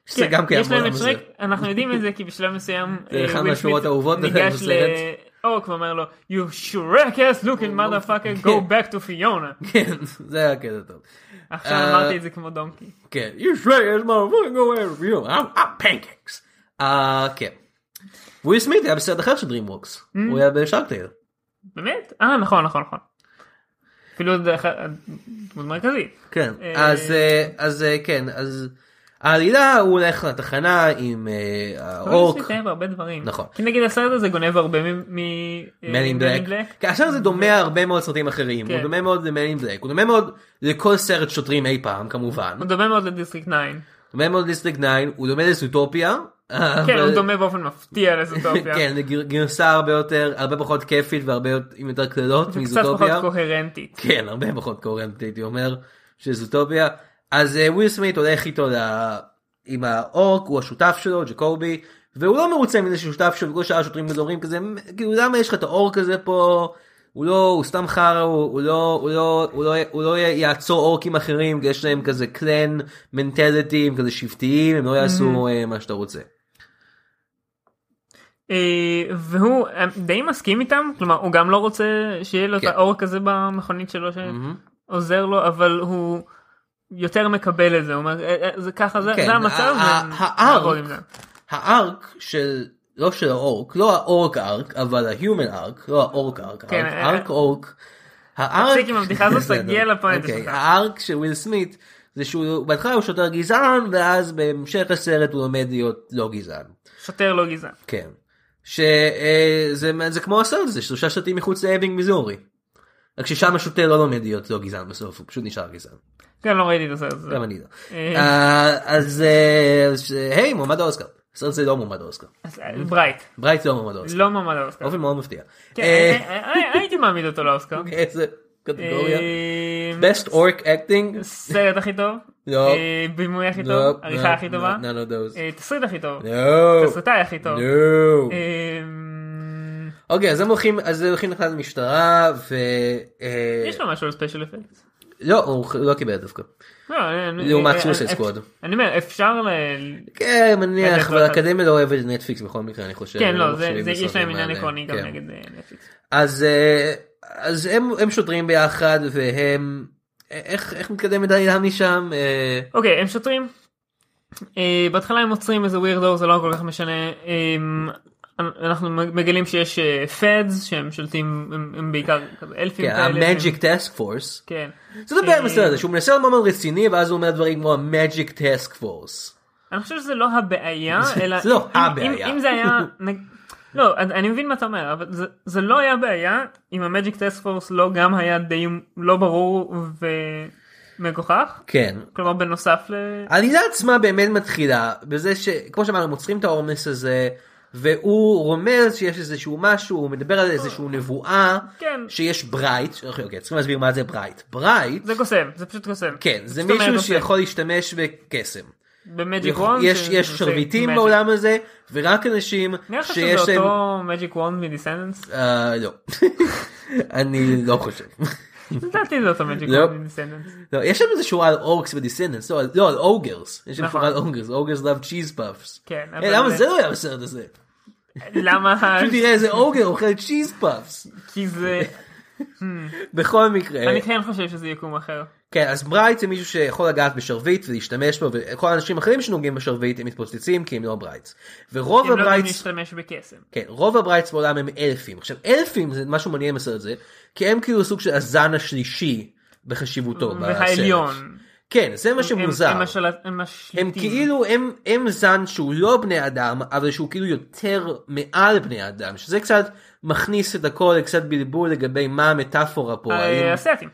[SPEAKER 2] שזה
[SPEAKER 3] כן,
[SPEAKER 2] גם קיים
[SPEAKER 3] יש להם
[SPEAKER 2] בעולם
[SPEAKER 3] את
[SPEAKER 2] הזה.
[SPEAKER 3] שרק, אנחנו יודעים את זה כי בשלב מסוים
[SPEAKER 2] זה
[SPEAKER 3] אה,
[SPEAKER 2] אחד
[SPEAKER 3] וויל
[SPEAKER 2] מהשורות
[SPEAKER 3] סמית
[SPEAKER 2] האהובות
[SPEAKER 3] ניגש
[SPEAKER 2] בסרט.
[SPEAKER 3] לאורק ואומר לו you shrek ass looking motherfucker go
[SPEAKER 2] כן.
[SPEAKER 3] back to Fiona.
[SPEAKER 2] כן, זה היה קטע טוב.
[SPEAKER 3] עכשיו
[SPEAKER 2] אה,
[SPEAKER 3] אמרתי את זה כמו דונקי.
[SPEAKER 2] כן, יש רגע, יש מה, בואי נגו אליו, יו, I'm pancakes. אה, כן. וויל סמית היה בסרט אחר של DreamWorks,
[SPEAKER 3] Mm.
[SPEAKER 2] הוא היה בשארקטייר.
[SPEAKER 3] באמת? אה נכון נכון נכון. אפילו זה אחד- דמות מרכזית.
[SPEAKER 2] כן,
[SPEAKER 3] אה,
[SPEAKER 2] אז אה, אז אה, כן, אז העלילה הוא הולך לתחנה עם אה, האורק.
[SPEAKER 3] אורק. יש לי בהרבה דברים.
[SPEAKER 2] נכון.
[SPEAKER 3] כי נגיד הסרט הזה גונב הרבה מ...
[SPEAKER 2] Man in Black. כאשר כן, זה דומה הרבה מאוד סרטים אחרים,
[SPEAKER 3] כן.
[SPEAKER 2] הוא דומה מאוד ל-Man in Black, הוא דומה מאוד לכל סרט שוטרים אי פעם כמובן,
[SPEAKER 3] הוא דומה מאוד לדיסטריק 9.
[SPEAKER 2] דומה מאוד לדיסטריק 9, הוא דומה לזוטופיה.
[SPEAKER 3] כן,
[SPEAKER 2] אבל-
[SPEAKER 3] הוא דומה באופן מפתיע לזוטופיה.
[SPEAKER 2] כן, זה גר- גרסה הרבה יותר, הרבה פחות כיפית והרבה יותר- עם יותר קללות
[SPEAKER 3] קצת פחות
[SPEAKER 2] מזוטופיה.
[SPEAKER 3] קוהרנטית.
[SPEAKER 2] כן, הרבה פחות קוהרנטית, הייתי אומר, שזוטופיה. אז אה, וויל סמית הולך איתו ל... עם האורק, הוא השותף שלו, ג'קובי, והוא לא מרוצה מזה שהוא שותף שלו, וכל שאר השוטרים מדברים כזה, "מ- כאילו למה יש לך את האורק הזה פה, הוא לא, הוא סתם חרא, הוא, הוא לא, הוא לא, הוא לא, הוא לא י- יעצור אורקים אחרים, כי יש להם כזה קלן מנטליטי, הם כזה שבטיים, הם לא
[SPEAKER 3] Mm-hmm.
[SPEAKER 2] יעשו אה, מה שאתה רוצה.
[SPEAKER 3] אה, והוא אה, די מסכים איתם כלומר הוא גם לא רוצה שיהיה לו את
[SPEAKER 2] כן.
[SPEAKER 3] האור כזה במכונית שלו שעוזר לו אבל הוא יותר מקבל את זה הוא אומר "אה, אה, זה ככה זה
[SPEAKER 2] כן,
[SPEAKER 3] זה המצב
[SPEAKER 2] ה- ה-
[SPEAKER 3] ונעבוד עם זה."
[SPEAKER 2] הארק, הארק של, לא של האורק, לא האורק ארק, אבל ההיומן ארק, לא האורק ארק,
[SPEAKER 3] כן,
[SPEAKER 2] הארק-
[SPEAKER 3] אה,
[SPEAKER 2] ארק אורק. הארק,
[SPEAKER 3] תפסיק עם הבדיחה הזאת,
[SPEAKER 2] בסדר.
[SPEAKER 3] תגיע לפואנטה
[SPEAKER 2] אוקיי,
[SPEAKER 3] שלך.
[SPEAKER 2] הארק של וויל סמית, זה שהוא בהתחלה הוא שוטר גזען, ואז בהמשך הסרט הוא לומד להיות לא גזען.
[SPEAKER 3] שוטר לא גזען
[SPEAKER 2] כן. שזה זה כמו הסרט הזה, שלושה שתים מחוץ לאבינג מיזורי. רק ששם השוטר לא לומד להיות לא גזען בסוף, הוא פשוט נשאר גזען.
[SPEAKER 3] כן לא ראיתי את הסרט הזה
[SPEAKER 2] גם אני לא.
[SPEAKER 3] אה.
[SPEAKER 2] אה, אז אה, אז, אה, היי מועמד האוסקר. הסרט הזה לא מועמד האוסקר.
[SPEAKER 3] אז, אה, ברייט
[SPEAKER 2] ברייט לא מועמד האוסקר.
[SPEAKER 3] לא מועמד לאוסקר
[SPEAKER 2] באופן מאוד מפתיע.
[SPEAKER 3] כן,
[SPEAKER 2] אה, אוקיי,
[SPEAKER 3] אה, אה, אה, הייתי מעמיד אותו לאוסקר
[SPEAKER 2] איזה קטגוריה.
[SPEAKER 3] אה,
[SPEAKER 2] best orc acting.
[SPEAKER 3] סרט הכי טוב
[SPEAKER 2] לא.
[SPEAKER 3] אה, בימוי הכי טוב
[SPEAKER 2] Nope,
[SPEAKER 3] עריכה
[SPEAKER 2] no,
[SPEAKER 3] הכי טובה
[SPEAKER 2] לא, no, none of those.
[SPEAKER 3] אה, תסריט הכי טוב
[SPEAKER 2] לא. No.
[SPEAKER 3] תסריטאי הכי טוב
[SPEAKER 2] לא. No.
[SPEAKER 3] אה,
[SPEAKER 2] אוקיי אז הם הולכים אז הם הולכים לתחנת המשטרה ו... אה,
[SPEAKER 3] יש לו משהו על ספיישל אפקט.
[SPEAKER 2] לא הוא לא קיבל דווקא.
[SPEAKER 3] אה,
[SPEAKER 2] לעומת Suicide לא, Squad.
[SPEAKER 3] אני אומר אפשר ל...
[SPEAKER 2] כן מניח
[SPEAKER 3] אחד.
[SPEAKER 2] אבל האקדמיה לא אוהבת את נטפליקס בכל מקרה אני חושב.
[SPEAKER 3] כן
[SPEAKER 2] הם
[SPEAKER 3] לא
[SPEAKER 2] לא
[SPEAKER 3] זה
[SPEAKER 2] חושבים
[SPEAKER 3] זה- יש
[SPEAKER 2] בסרטים
[SPEAKER 3] להם עניין
[SPEAKER 2] האלה.
[SPEAKER 3] עקרוני גם
[SPEAKER 2] כן.
[SPEAKER 3] נגד אה, נטפליקס.
[SPEAKER 2] אז אה, אז הם הם שוטרים ביחד והם אה, איך איך מתקדמת העילה משם אה,
[SPEAKER 3] אוקיי הם שוטרים. אה, בהתחלה הם עוצרים איזה ווירדו זה לא כל כך משנה. אה, אנחנו מגלים שיש פדס שהם שולטים הם הם בעיקר כזה אלפים
[SPEAKER 2] כן,
[SPEAKER 3] כאלה. שהם-
[SPEAKER 2] ה-Magic Task Force.
[SPEAKER 3] כן.
[SPEAKER 2] זה דבר
[SPEAKER 3] אה,
[SPEAKER 2] בסדר הזה שהוא מנסה לומר מאוד רציני ואז הוא אומר דברים כמו ה-Magic Task Force.
[SPEAKER 3] אני חושב שזה לא הבעיה אלא
[SPEAKER 2] זה לא
[SPEAKER 3] אם-
[SPEAKER 2] הבעיה.
[SPEAKER 3] אם- אם זה היה נג- לא אני- אני מבין מה אתה אומר אבל זה- זה לא היה בעיה אם המג'יק טסט פורס לא גם היה די לא ברור ומגוחך
[SPEAKER 2] כן.
[SPEAKER 3] כלומר בנוסף ל...
[SPEAKER 2] העלילה עצמה באמת מתחילה בזה שכמו שאמרנו הם עוצרים את העומס הזה והוא רומז שיש איזשהו משהו הוא מדבר על איזשהו נבואה
[SPEAKER 3] אה. כן.
[SPEAKER 2] שיש ברייט אוקיי אוקיי, צריכים להסביר מה זה ברייט ברייט
[SPEAKER 3] זה קוסם זה פשוט קוסם
[SPEAKER 2] כן זה
[SPEAKER 3] זאת אומרת, אוקיי,
[SPEAKER 2] מישהו
[SPEAKER 3] קוסם.
[SPEAKER 2] שיכול להשתמש בקסם.
[SPEAKER 3] במג'יק
[SPEAKER 2] יכול-
[SPEAKER 3] וונד
[SPEAKER 2] יש יש שרביטים בעולם הזה ורק אנשים
[SPEAKER 3] נראה לך לא שזה
[SPEAKER 2] שיש להם
[SPEAKER 3] אותו מג'יק וונד מדיסנדנס?
[SPEAKER 2] אה, לא אני לא חושב.
[SPEAKER 3] לדעתי זה אותו מג'יק
[SPEAKER 2] לא.
[SPEAKER 3] וונד מדיסנדנס.
[SPEAKER 2] לא, יש שם איזה שורה על אורקס ודיסנדנס, לא, על- לא על אוגרס, יש שם
[SPEAKER 3] נכון.
[SPEAKER 2] שורה על אוגרס, אוגרס לאב צ'יז פאפס.
[SPEAKER 3] כן, אבל-
[SPEAKER 2] למה זה לא היה בסרט הזה?
[SPEAKER 3] למה?
[SPEAKER 2] פשוט תראה איזה אוגר אוכל צ'יז פאפס.
[SPEAKER 3] כי זה...
[SPEAKER 2] בכל מקרה,
[SPEAKER 3] אני כן חושב שזה יקום אחר.
[SPEAKER 2] כן, אז ברייט זה מישהו שיכול לגעת בשרביט ולהשתמש בו, וכל האנשים האחרים שנוגעים בשרביט הם מתפוצצים כי הם לא ברייטס. ורוב
[SPEAKER 3] אם לא גם
[SPEAKER 2] הברייטס,
[SPEAKER 3] להשתמש בקסם.
[SPEAKER 2] כן, רוב הברייטס בעולם הם אלפים. עכשיו אלפים זה משהו מעניין בסרט הזה, כי הם כאילו סוג של הזן השלישי בחשיבותו בסרט.
[SPEAKER 3] והעליון.
[SPEAKER 2] כן, זה מה
[SPEAKER 3] הם-
[SPEAKER 2] שמוזר.
[SPEAKER 3] הם השל- הם השליטים.
[SPEAKER 2] הם כאילו הם, הם זן שהוא לא בני אדם אבל שהוא כאילו יותר מעל בני אדם שזה קצת מכניס את הכל לקצת בלבול לגבי מה המטאפורה פה.
[SPEAKER 3] אה,
[SPEAKER 2] האם...
[SPEAKER 3] אסייתים.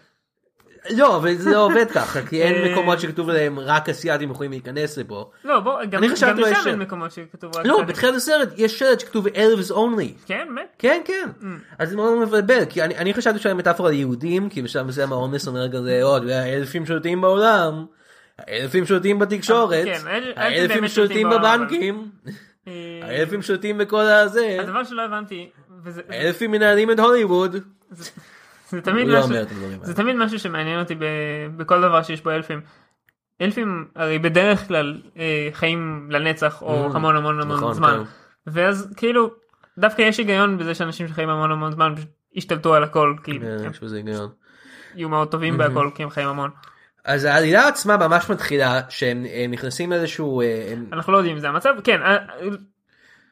[SPEAKER 2] לא אבל זה לא עובד ככה כי אין
[SPEAKER 3] אה.
[SPEAKER 2] מקומות שכתוב עליהם רק אסיאתים יכולים להיכנס לפה.
[SPEAKER 3] לא, בוא, גם
[SPEAKER 2] אני חשבתי
[SPEAKER 3] גם
[SPEAKER 2] אולי
[SPEAKER 3] לשם
[SPEAKER 2] שם.
[SPEAKER 3] אין מקומות שכתוב רק...
[SPEAKER 2] לא
[SPEAKER 3] צדיק.
[SPEAKER 2] בתחילת הסרט יש שלט שכתוב elves only.
[SPEAKER 3] כן, באמת?
[SPEAKER 2] כן כן אז זה מאוד מבלבל כי אני, אני חשבתי שהיה מטאפורה ליהודים כי בשלב מסוים ההומלס אומר כזה "או, אתה יודע, האלפים שולטים בעולם. האלפים שולטים בתקשורת,
[SPEAKER 3] כן, האל- האלפים
[SPEAKER 2] האלפים
[SPEAKER 3] באמת
[SPEAKER 2] שולטים
[SPEAKER 3] שולטים בעולם, אבל-
[SPEAKER 2] בבנקים,
[SPEAKER 3] אה,
[SPEAKER 2] האלפים שולטים בכל הזה,
[SPEAKER 3] הדבר שלא הבנתי, וזה
[SPEAKER 2] האלפים מנהלים את הוליווד.
[SPEAKER 3] זה תמיד
[SPEAKER 2] הוא לא
[SPEAKER 3] משהו-
[SPEAKER 2] אומר את הדברים
[SPEAKER 3] זה
[SPEAKER 2] האלה.
[SPEAKER 3] תמיד משהו שמעניין אותי ב, בכל דבר שיש בו אלפים. אלפים הרי בדרך כלל אה, חיים לנצח או
[SPEAKER 2] Mm,
[SPEAKER 3] המון המון המון
[SPEAKER 2] נכון,
[SPEAKER 3] זמן.
[SPEAKER 2] כן.
[SPEAKER 3] ואז כאילו דווקא יש היגיון בזה שאנשים שחיים המון המון זמן פשוט ישתלטו על הכל כי
[SPEAKER 2] כן, Mm-hmm.
[SPEAKER 3] הם
[SPEAKER 2] יש בזה היגיון.
[SPEAKER 3] יהיו מאוד טובים בהכל כי הם חיים המון.
[SPEAKER 2] אז העלילה עצמה ממש מתחילה שהם אה, נכנסים לאיזשהו... אה, הם-
[SPEAKER 3] אנחנו לא יודעים אם זה המצב כן. ה- ה-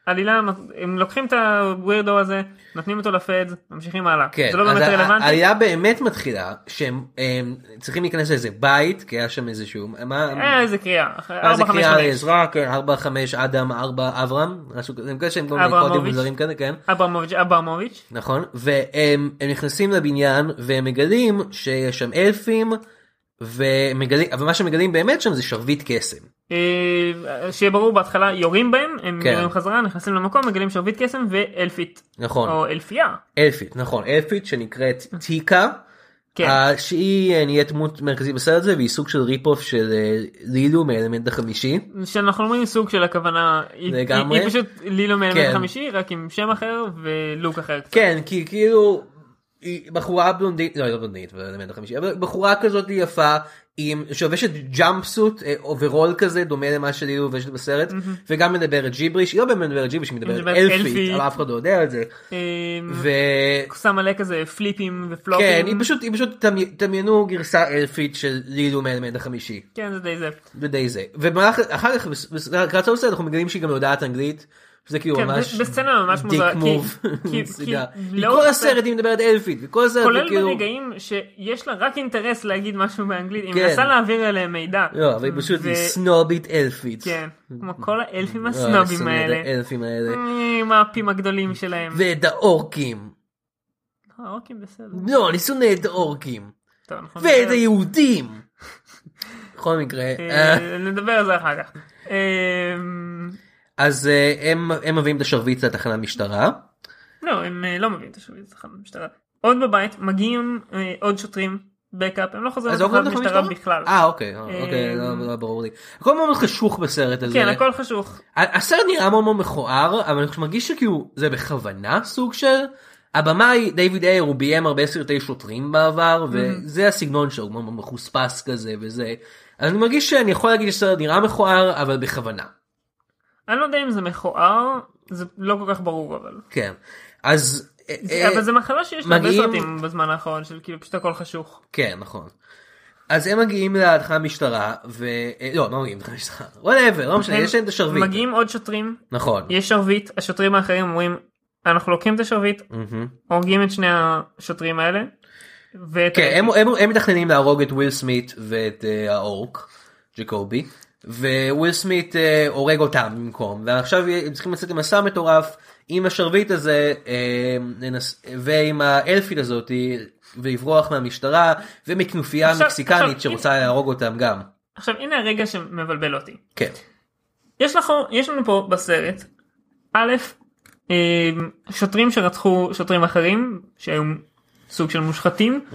[SPEAKER 3] עלילה הם לוקחים את הווירדו הזה נותנים אותו לפדס ממשיכים הלאה
[SPEAKER 2] כן,
[SPEAKER 3] זה לא באמת
[SPEAKER 2] אז ה-
[SPEAKER 3] רלוונטי
[SPEAKER 2] העלילה באמת מתחילה שהם הם צריכים להיכנס לאיזה בית כי היה שם איזשהו... מה-
[SPEAKER 3] אה, איזה קריאה אחרי
[SPEAKER 2] אז זה
[SPEAKER 3] 4-5-5
[SPEAKER 2] קריאה לעזרה, כן, 4, 5, אדם, 4, אברהם, משהו כזה, אני מקווה שהם כל מיני קודים
[SPEAKER 3] אברמוביץ'.
[SPEAKER 2] מוזרים כאלה, כן,
[SPEAKER 3] אברמוביץ' אברמוביץ'
[SPEAKER 2] נכון, והם הם נכנסים לבניין והם מגלים שיש שם אלפים, ומגלים, אבל מה שמגלים באמת שם זה שרביט קסם.
[SPEAKER 3] אה, שיהיה ברור בהתחלה יורים בהם הם
[SPEAKER 2] כן.
[SPEAKER 3] יורים חזרה נכנסים למקום מגלים שרביט קסם ואלפית
[SPEAKER 2] נכון.
[SPEAKER 3] או אלפייה
[SPEAKER 2] אלפית נכון אלפית שנקראת טיקה
[SPEAKER 3] כן.
[SPEAKER 2] אה, שהיא אה, נהיית דמות מרכזית בסרט הזה והיא סוג של ריפ אוף של אה, לילו מאלמנט החמישי.
[SPEAKER 3] שאנחנו אומרים סוג של הכוונה היא-
[SPEAKER 2] לגמרי.
[SPEAKER 3] היא היא פשוט לילו מאלמנט
[SPEAKER 2] כן.
[SPEAKER 3] חמישי רק עם שם אחר ולוק אחר קצת.
[SPEAKER 2] כן כי כאילו היא בחורה בלונדינית לא היא לא בלונדינית אבל אלמנט החמישי אבל בחורה כזאת יפה עם שובשת ג'אמפ סוט אה, אוברול כזה דומה למה שלילו לובשת בסרט וגם מדברת ג'יבריש היא לא באמת מדברת ג'יבריש היא מדברת
[SPEAKER 3] מדברת
[SPEAKER 2] אלפית
[SPEAKER 3] אלפית.
[SPEAKER 2] אבל אף אחד לא יודע את זה.
[SPEAKER 3] אה,
[SPEAKER 2] ו-
[SPEAKER 3] שם מלא כזה פליפים ופלופים
[SPEAKER 2] כן היא פשוט היא פשוט דמי- דמיינו גרסה אלפית של לילו מאלמנט החמישי.
[SPEAKER 3] כן זה די זה
[SPEAKER 2] ודי זה ובמהלך אחר כך בס- בס- לקראת סוף הסרט אנחנו מגלים שהיא גם יודעת אנגלית. זה כאילו
[SPEAKER 3] כן,
[SPEAKER 2] ממש
[SPEAKER 3] ב- בסצנה ממש
[SPEAKER 2] דיק
[SPEAKER 3] מוזרה, כי-
[SPEAKER 2] מוב.
[SPEAKER 3] כי- כי
[SPEAKER 2] מצחיקה. היא
[SPEAKER 3] לאורך
[SPEAKER 2] כל
[SPEAKER 3] הסרט-
[SPEAKER 2] הסרט היא מדברת אלפית וכל הסרט
[SPEAKER 3] כולל
[SPEAKER 2] היא כאילו
[SPEAKER 3] ברגעים שיש לה רק אינטרס להגיד משהו באנגלית היא
[SPEAKER 2] כן.
[SPEAKER 3] מנסה להעביר אליהם מידע.
[SPEAKER 2] לא אבל היא פשוט
[SPEAKER 3] ו-
[SPEAKER 2] היא סנובית אלפית.
[SPEAKER 3] כן כמו כל האלפים
[SPEAKER 2] אה,
[SPEAKER 3] הסנובים
[SPEAKER 2] שונא את
[SPEAKER 3] האלה. Mm.
[SPEAKER 2] האלפים האלה.
[SPEAKER 3] עם האפים הגדולים שלהם.
[SPEAKER 2] ואת האורקים.
[SPEAKER 3] האורקים בסדר.
[SPEAKER 2] לא אני שונא את האורקים.
[SPEAKER 3] טוב, אנחנו
[SPEAKER 2] ואת
[SPEAKER 3] נדבר-
[SPEAKER 2] היהודים. בכל מקרה. אה,
[SPEAKER 3] אה, נדבר על זה אחר כך. אה,
[SPEAKER 2] אז אה, הם הם מביאים את השרביט לתחנת משטרה.
[SPEAKER 3] לא, הם אה, לא מביאים את השביל לתחנת המשטרה. עוד בבית מגיעים אה, עוד שוטרים בקאפ, הם לא חוזרים
[SPEAKER 2] אז לא קוראים
[SPEAKER 3] לתחנת
[SPEAKER 2] לך
[SPEAKER 3] משטרה
[SPEAKER 2] משטרה?
[SPEAKER 3] בכלל.
[SPEAKER 2] אה אוקיי, אה, אוקיי, לא
[SPEAKER 3] אמ,
[SPEAKER 2] לא ברור לי. הכל מאוד חשוך בסרט הזה.
[SPEAKER 3] כן, הכל חשוך.
[SPEAKER 2] הסרט נראה מאוד מאוד מכוער אבל אני מרגיש שכאילו זה בכוונה סוג של הבמאי דיוויד אייר הוא ביים הרבה סרטי שוטרים בעבר
[SPEAKER 3] Mm-hmm.
[SPEAKER 2] וזה הסגנון שלו הוא מאוד מאוד מחוספס כזה וזה אז אני מרגיש שאני יכול להגיד שהסרט נראה מכוער אבל בכוונה
[SPEAKER 3] אני לא יודע אם זה מכוער, זה לא כל כך ברור אבל.
[SPEAKER 2] כן אז אה, אה,
[SPEAKER 3] אבל זה מחלה שיש להרבה
[SPEAKER 2] מגיעים-
[SPEAKER 3] סרטים בזמן האחרון, של כאילו פשוט הכל חשוך.
[SPEAKER 2] כן נכון. אז הם מגיעים לתחנת המשטרה ו... אה, לא, לא מגיעים לתחנת המשטרה. וואטאבר, לא משנה,
[SPEAKER 3] הם
[SPEAKER 2] יש להם את השרביט.
[SPEAKER 3] מגיעים עוד שוטרים,
[SPEAKER 2] נכון.
[SPEAKER 3] יש שרביט, השוטרים האחרים אומרים, אנחנו לוקחים את השרביט,
[SPEAKER 2] מהמם.
[SPEAKER 3] הורגים את שני השוטרים האלה. ואת
[SPEAKER 2] כן, הם, הם, הם מתכננים להרוג את וויל סמית ואת uh, האורק, ג'קובי, וויל סמית uh, הורג אותם במקום, ועכשיו הם צריכים לצאת למסע מטורף עם השרביט הזה uh, לנס... ועם האלפית הזאתי, ולברוח מהמשטרה, ומכנופיה
[SPEAKER 3] עכשיו-
[SPEAKER 2] מקסיקנית
[SPEAKER 3] עכשיו,
[SPEAKER 2] שרוצה להרוג אותם גם.
[SPEAKER 3] עכשיו הנה הרגע שמבלבל אותי.
[SPEAKER 2] כן,
[SPEAKER 3] יש, לך, יש לנו פה בסרט, א', אה, שוטרים שרצחו שוטרים אחרים, שהיו סוג של מושחתים,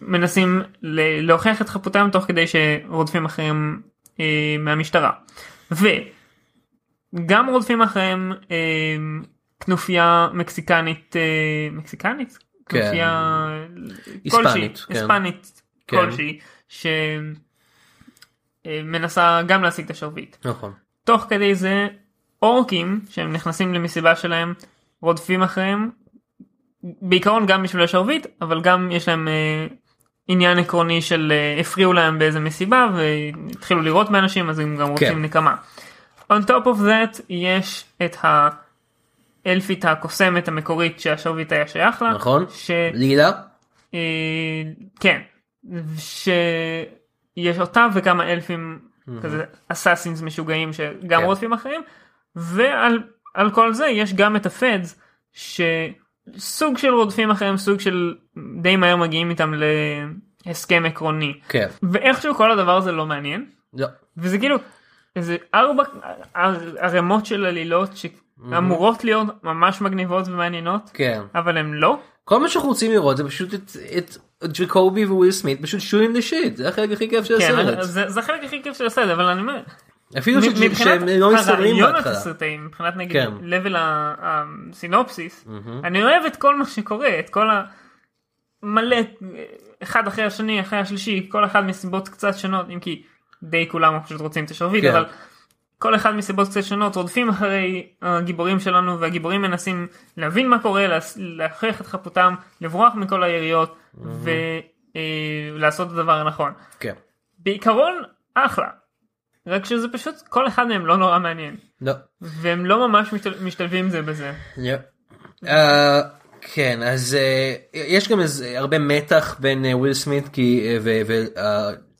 [SPEAKER 3] מנסים ל- להוכיח את חפותם תוך כדי שרודפים אחריהם אה, מהמשטרה. וגם רודפים אחריהם אה, כנופיה מקסיקנית, אה, מקסיקנית?
[SPEAKER 2] כן.
[SPEAKER 3] כנופיה
[SPEAKER 2] היספנית,
[SPEAKER 3] כלשהי,
[SPEAKER 2] כן.
[SPEAKER 3] היספנית
[SPEAKER 2] כן.
[SPEAKER 3] כלשהי, שמנסה גם להשיג את השרביט.
[SPEAKER 2] נכון.
[SPEAKER 3] תוך כדי זה אורקים שהם נכנסים למסיבה שלהם רודפים אחריהם בעיקרון גם בשביל השרביט אבל גם יש להם אה, עניין עקרוני של אה, הפריעו להם באיזה מסיבה והתחילו לירות באנשים אז הם גם רוצים
[SPEAKER 2] כן.
[SPEAKER 3] נקמה. On top of that יש את האלפית הקוסמת המקורית שהשרביט היה שייך לה.
[SPEAKER 2] נכון.
[SPEAKER 3] ש...
[SPEAKER 2] לילה?
[SPEAKER 3] אה, כן. ש... יש אותה וכמה אלפים כזה אסאסינס משוגעים שגם
[SPEAKER 2] כן.
[SPEAKER 3] רודפים אחרים ועל על כל זה יש גם את הפדס שסוג של רודפים אחריהם סוג של די מהר מגיעים איתם להסכם עקרוני
[SPEAKER 2] כן.
[SPEAKER 3] ואיכשהו כל הדבר הזה לא מעניין
[SPEAKER 2] לא.
[SPEAKER 3] וזה כאילו איזה ארבע ער- ערימות של עלילות שאמורות להיות ממש מגניבות ומעניינות
[SPEAKER 2] כן.
[SPEAKER 3] אבל הן לא
[SPEAKER 2] כל מה שאנחנו רוצים לראות זה פשוט את, את ג'קובי וויל סמית פשוט shooting the shit זה החלק הכי כיף של
[SPEAKER 3] כן,
[SPEAKER 2] הסרט.
[SPEAKER 3] אז זה, זה החלק הכי כיף של הסרט אבל אני אומר
[SPEAKER 2] אפילו ש- שהם לא
[SPEAKER 3] מבחינת
[SPEAKER 2] מסתדרים
[SPEAKER 3] הרעיון
[SPEAKER 2] בהתחלה.
[SPEAKER 3] התסריטאי, מבחינת נגיד
[SPEAKER 2] כן.
[SPEAKER 3] level ה- הסינופסיס, אני אוהב את כל מה שקורה, את כל ה... מלא, אחד אחרי השני, אחרי השלישי, כל אחד מסיבות קצת שונות, אם כי די כולם פשוט רוצים את השרביט,
[SPEAKER 2] כן.
[SPEAKER 3] אבל כל אחד מסיבות קצת שונות, רודפים אחרי הגיבורים שלנו, והגיבורים מנסים להבין מה קורה, להס- להכריח את חפותם, לברוח מכל היריות, ולעשות את הדבר הנכון.
[SPEAKER 2] כן.
[SPEAKER 3] בעיקרון אחלה. רק שזה פשוט כל אחד מהם לא נורא מעניין
[SPEAKER 2] לא.
[SPEAKER 3] והם לא ממש משתל... משתלבים זה בזה.
[SPEAKER 2] לא. אה, כן אז אה, יש גם איזה הרבה מתח בין אה, וויל סמית כי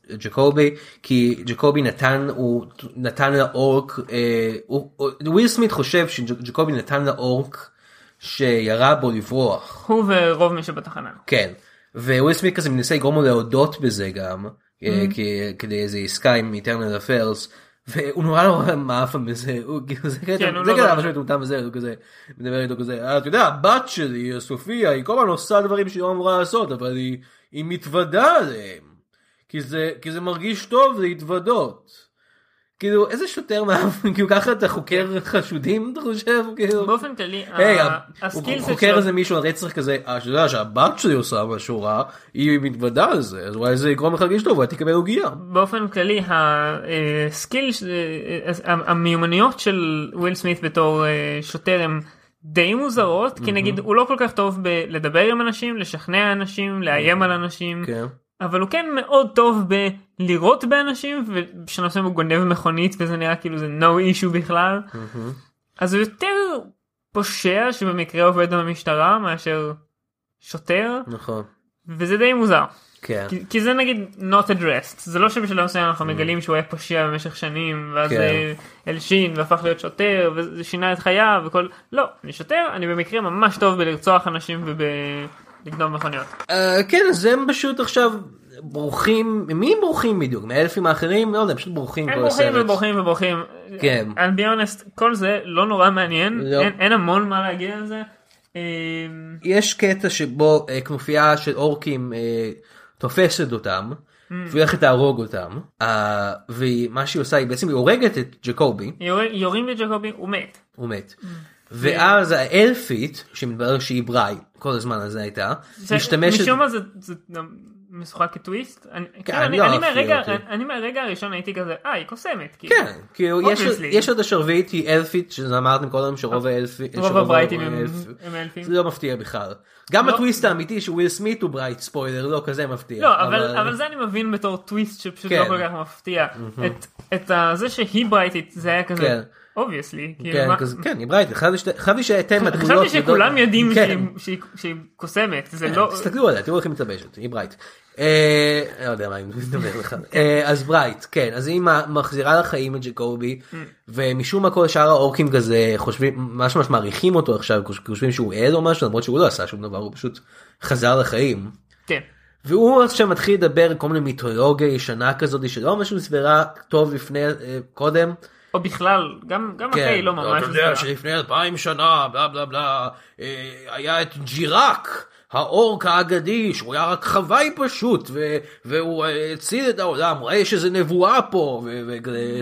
[SPEAKER 2] וג'קובי כי ג'קובי נתן הוא נתן לאורק אה, הוא- הוא- וויל סמית חושב שג'קובי נתן לאורק שירה בו לברוח.
[SPEAKER 3] הוא ורוב מי שבתחנה.
[SPEAKER 2] כן. וויל סמית כזה מנסה לגרום לו להודות בזה גם אה,
[SPEAKER 3] Mm.
[SPEAKER 2] כ- כדי איזה עסקה עם איטרנל אפיירס. והוא נורא נורא מעפן בזה, הוא כאילו זה
[SPEAKER 3] כן,
[SPEAKER 2] קטע,
[SPEAKER 3] הוא
[SPEAKER 2] זה
[SPEAKER 3] לא
[SPEAKER 2] קטע
[SPEAKER 3] נורא.
[SPEAKER 2] ממש מטומטם בזה, הוא כזה מדבר איתו כזה, "אה, אתה יודע הבת שלי סופיה היא כל הזמן עושה דברים שהיא לא אמורה לעשות אבל היא, היא מתוודה עליהם, כי זה, כי זה מרגיש טוב להתוודות. כאילו איזה שוטר מעפן, כאילו ככה אתה חוקר חשודים אתה חושב, כאילו,
[SPEAKER 3] כן. באופן כללי
[SPEAKER 2] היי,
[SPEAKER 3] ה-
[SPEAKER 2] הוא
[SPEAKER 3] הסקילסט
[SPEAKER 2] חוקר
[SPEAKER 3] שלו-
[SPEAKER 2] איזה מישהו על רצח כזה, אה, שאתה יודע שהבת שלי עושה משהו רע, היא מתוודה על זה, אז אולי זה יגרום לך להרגיש טוב, אולי תקבל עוגייה.
[SPEAKER 3] באופן כללי אה, הסקיל אה, המיומנויות של וויל סמית בתור אה, שוטר הם די מוזרות כי נגיד הוא לא כל כך טוב בלדבר עם אנשים לשכנע אנשים לאיים על אנשים
[SPEAKER 2] כן.
[SPEAKER 3] אבל הוא כן מאוד טוב בלירות באנשים ושנושא הוא גונב מכונית וזה נראה כאילו זה no issue בכלל. אז הוא יותר פושע שבמקרה עובד במשטרה מאשר שוטר
[SPEAKER 2] נכון.
[SPEAKER 3] וזה די מוזר
[SPEAKER 2] כן.
[SPEAKER 3] כי, כי זה נגיד not addressed זה לא שבשלב מסוים אנחנו מגלים שהוא היה פושע במשך שנים ואז
[SPEAKER 2] כן.
[SPEAKER 3] אה, הלשין והפך להיות שוטר וזה שינה את חייו וכל לא אני שוטר אני במקרה ממש טוב בלרצוח אנשים ובלגנוב מכוניות.
[SPEAKER 2] אה, כן, אז הם פשוט עכשיו בורחים, ממי הם בורחים בדיוק? מהאלפים האחרים? לא יודע, הם פשוט בורחים
[SPEAKER 3] הם
[SPEAKER 2] כל
[SPEAKER 3] בורחים
[SPEAKER 2] הסרט.
[SPEAKER 3] ובורחים ובורחים.
[SPEAKER 2] כן.
[SPEAKER 3] I'll be honest, כל זה לא נורא מעניין,
[SPEAKER 2] לא.
[SPEAKER 3] אין, אין המון מה להגיד על זה. אה,
[SPEAKER 2] יש קטע שבו אה, כנופיה של אורקים אה, תופסת אותם,
[SPEAKER 3] Mm.
[SPEAKER 2] והיא הולכת להרוג אותם, אה, ומה שהיא עושה היא בעצם היא הורגת את ג'קובי,
[SPEAKER 3] יור, יורים לג'קובי, הוא מת.
[SPEAKER 2] הוא מת.
[SPEAKER 3] Mm.
[SPEAKER 2] ואז האלפית, שמתברר שהיא בראי, כל הזמן הזה הייתה,
[SPEAKER 3] זה-
[SPEAKER 2] משתמשת...
[SPEAKER 3] משום מה זה, זה גם משוחק כטוויסט. אני, כן, אני,
[SPEAKER 2] לא
[SPEAKER 3] אני,
[SPEAKER 2] הפליא
[SPEAKER 3] מהרגע,
[SPEAKER 2] אותי.
[SPEAKER 3] אני, אני מהרגע הראשון הייתי כזה, אה, היא קוסמת. כאילו.
[SPEAKER 2] כן, כאילו יש-
[SPEAKER 3] Obviously.
[SPEAKER 2] יש עוד השרביט, היא אלפית, שזה אמרתם קודם שרוב האלפית...
[SPEAKER 3] רוב הברייטים הם, הם אלפים.
[SPEAKER 2] זה לא מפתיע בכלל. גם
[SPEAKER 3] לא.
[SPEAKER 2] הטוויסט האמיתי שוויל סמית הוא ברייט ספוילר, לא כזה מפתיע.
[SPEAKER 3] לא, אבל, אבל זה אני מבין בתור טוויסט שפשוט לא
[SPEAKER 2] כן.
[SPEAKER 3] כל כך מפתיע. את, את ה- זה שהיא ברייטית זה היה
[SPEAKER 2] כן.
[SPEAKER 3] כזה, כאילו, אובייסלי.
[SPEAKER 2] כן, כזה- כן, היא ברייט, חשבתי שהייתם הדמויות...
[SPEAKER 3] חשבתי שכולם
[SPEAKER 2] גדול-
[SPEAKER 3] יודעים
[SPEAKER 2] כן.
[SPEAKER 3] שהיא- שהיא- שהיא קוסמת, זה
[SPEAKER 2] כן,
[SPEAKER 3] לא...
[SPEAKER 2] תסתכלו עליה, תראו איך היא מתלבשת, היא ברייט. אה, לא יודע מה אני מדבר לך. אה, אז ברייט, כן, אז היא מה- מחזירה לחיים את ג'קובי, ומשום מה כל שאר האורקים כזה חושבים, ממש ממש מעריכים אותו עכשיו, כי חושבים שהוא אל או משהו, למרות שהוא לא עשה שום דבר, הוא פשוט חזר לחיים.
[SPEAKER 3] כן.
[SPEAKER 2] והוא עכשיו מתחיל לדבר כל מיני מיתולוגיה ישנה כזאת שלא ממש הוסברה טוב לפני, אה, קודם.
[SPEAKER 3] או בכלל, גם, גם
[SPEAKER 2] כן,
[SPEAKER 3] אחרי לא ממש
[SPEAKER 2] אתה יודע
[SPEAKER 3] הסברה.
[SPEAKER 2] שלפני אלפיים שנה, בלה בלה בלה, אה, היה את ג'ירק, האורק האגדי, שהוא היה רק חוואי פשוט, ו- והוא אה, הציל את העולם, ראה שזה נבואה פה,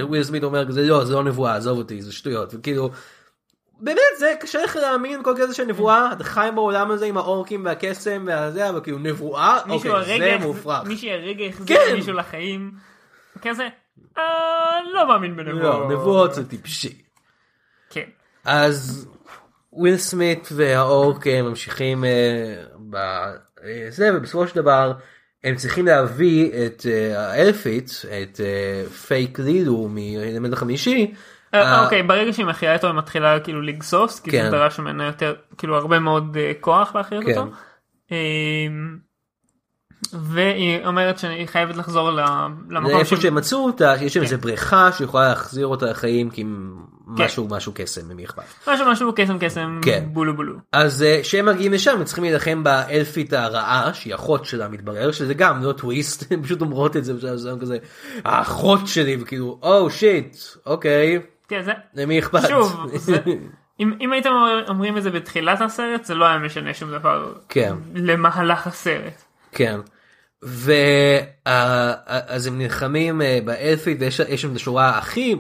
[SPEAKER 2] וויל סמית אומר כזה, לא, זה לא נבואה, עזוב אותי, זה שטויות, וכאילו... באמת זה קשה לך להאמין כל כזה של נבואה אתה חי בעולם הזה עם האורקים והקסם והזה אבל כאילו נבואה
[SPEAKER 3] מישהו
[SPEAKER 2] אוקיי
[SPEAKER 3] הרגע
[SPEAKER 2] זה
[SPEAKER 3] החז-
[SPEAKER 2] מופרך.
[SPEAKER 3] מישהו הרגע החזיר
[SPEAKER 2] כן.
[SPEAKER 3] מישהו לחיים. כזה, אה, לא מאמין בנבואות.
[SPEAKER 2] לא, נבואות זה טיפשי.
[SPEAKER 3] כן.
[SPEAKER 2] אז וויל סמית והאורק אה, ממשיכים אה, בזה ובסופו של דבר הם צריכים להביא את אה, האלפית את אה, פייק לילו מאלמנט החמישי.
[SPEAKER 3] אה,
[SPEAKER 2] אה,
[SPEAKER 3] אוקיי, ברגע שהיא מכריעה אותו היא מתחילה כאילו לגסוס, כי
[SPEAKER 2] כן.
[SPEAKER 3] זה דרש ממנה יותר, כאילו הרבה מאוד אה, כוח להכריע
[SPEAKER 2] כן.
[SPEAKER 3] אותו. אמ, והיא אומרת שהיא חייבת לחזור ל-
[SPEAKER 2] זה
[SPEAKER 3] למקום
[SPEAKER 2] איפה
[SPEAKER 3] שהיא-
[SPEAKER 2] שהם מצאו אותה, יש שם
[SPEAKER 3] כן.
[SPEAKER 2] איזה בריכה שיכולה להחזיר אותה לחיים כי עם משהו משהו קסם, אם אכפת.
[SPEAKER 3] משהו משהו קסם קסם
[SPEAKER 2] כן.
[SPEAKER 3] בולו בולו.
[SPEAKER 2] אז אה, כשהם מגיעים לשם הם צריכים להילחם באלפית הרעה שהיא אחות שלה מתברר שזה גם לא טוויסט הן פשוט אומרות את זה בשלב מסוים כזה האחות שלי וכאילו "Oh, או שיט אוקיי
[SPEAKER 3] כן, זה...
[SPEAKER 2] למי אכפת.
[SPEAKER 3] שוב, זה- אם, אם הייתם אומר- אומרים את זה בתחילת הסרט זה לא היה משנה שום דבר
[SPEAKER 2] כן.
[SPEAKER 3] למהלך הסרט.
[SPEAKER 2] כן. ואז הם נלחמים אה, באלפית ויש יש שם את השורה הכי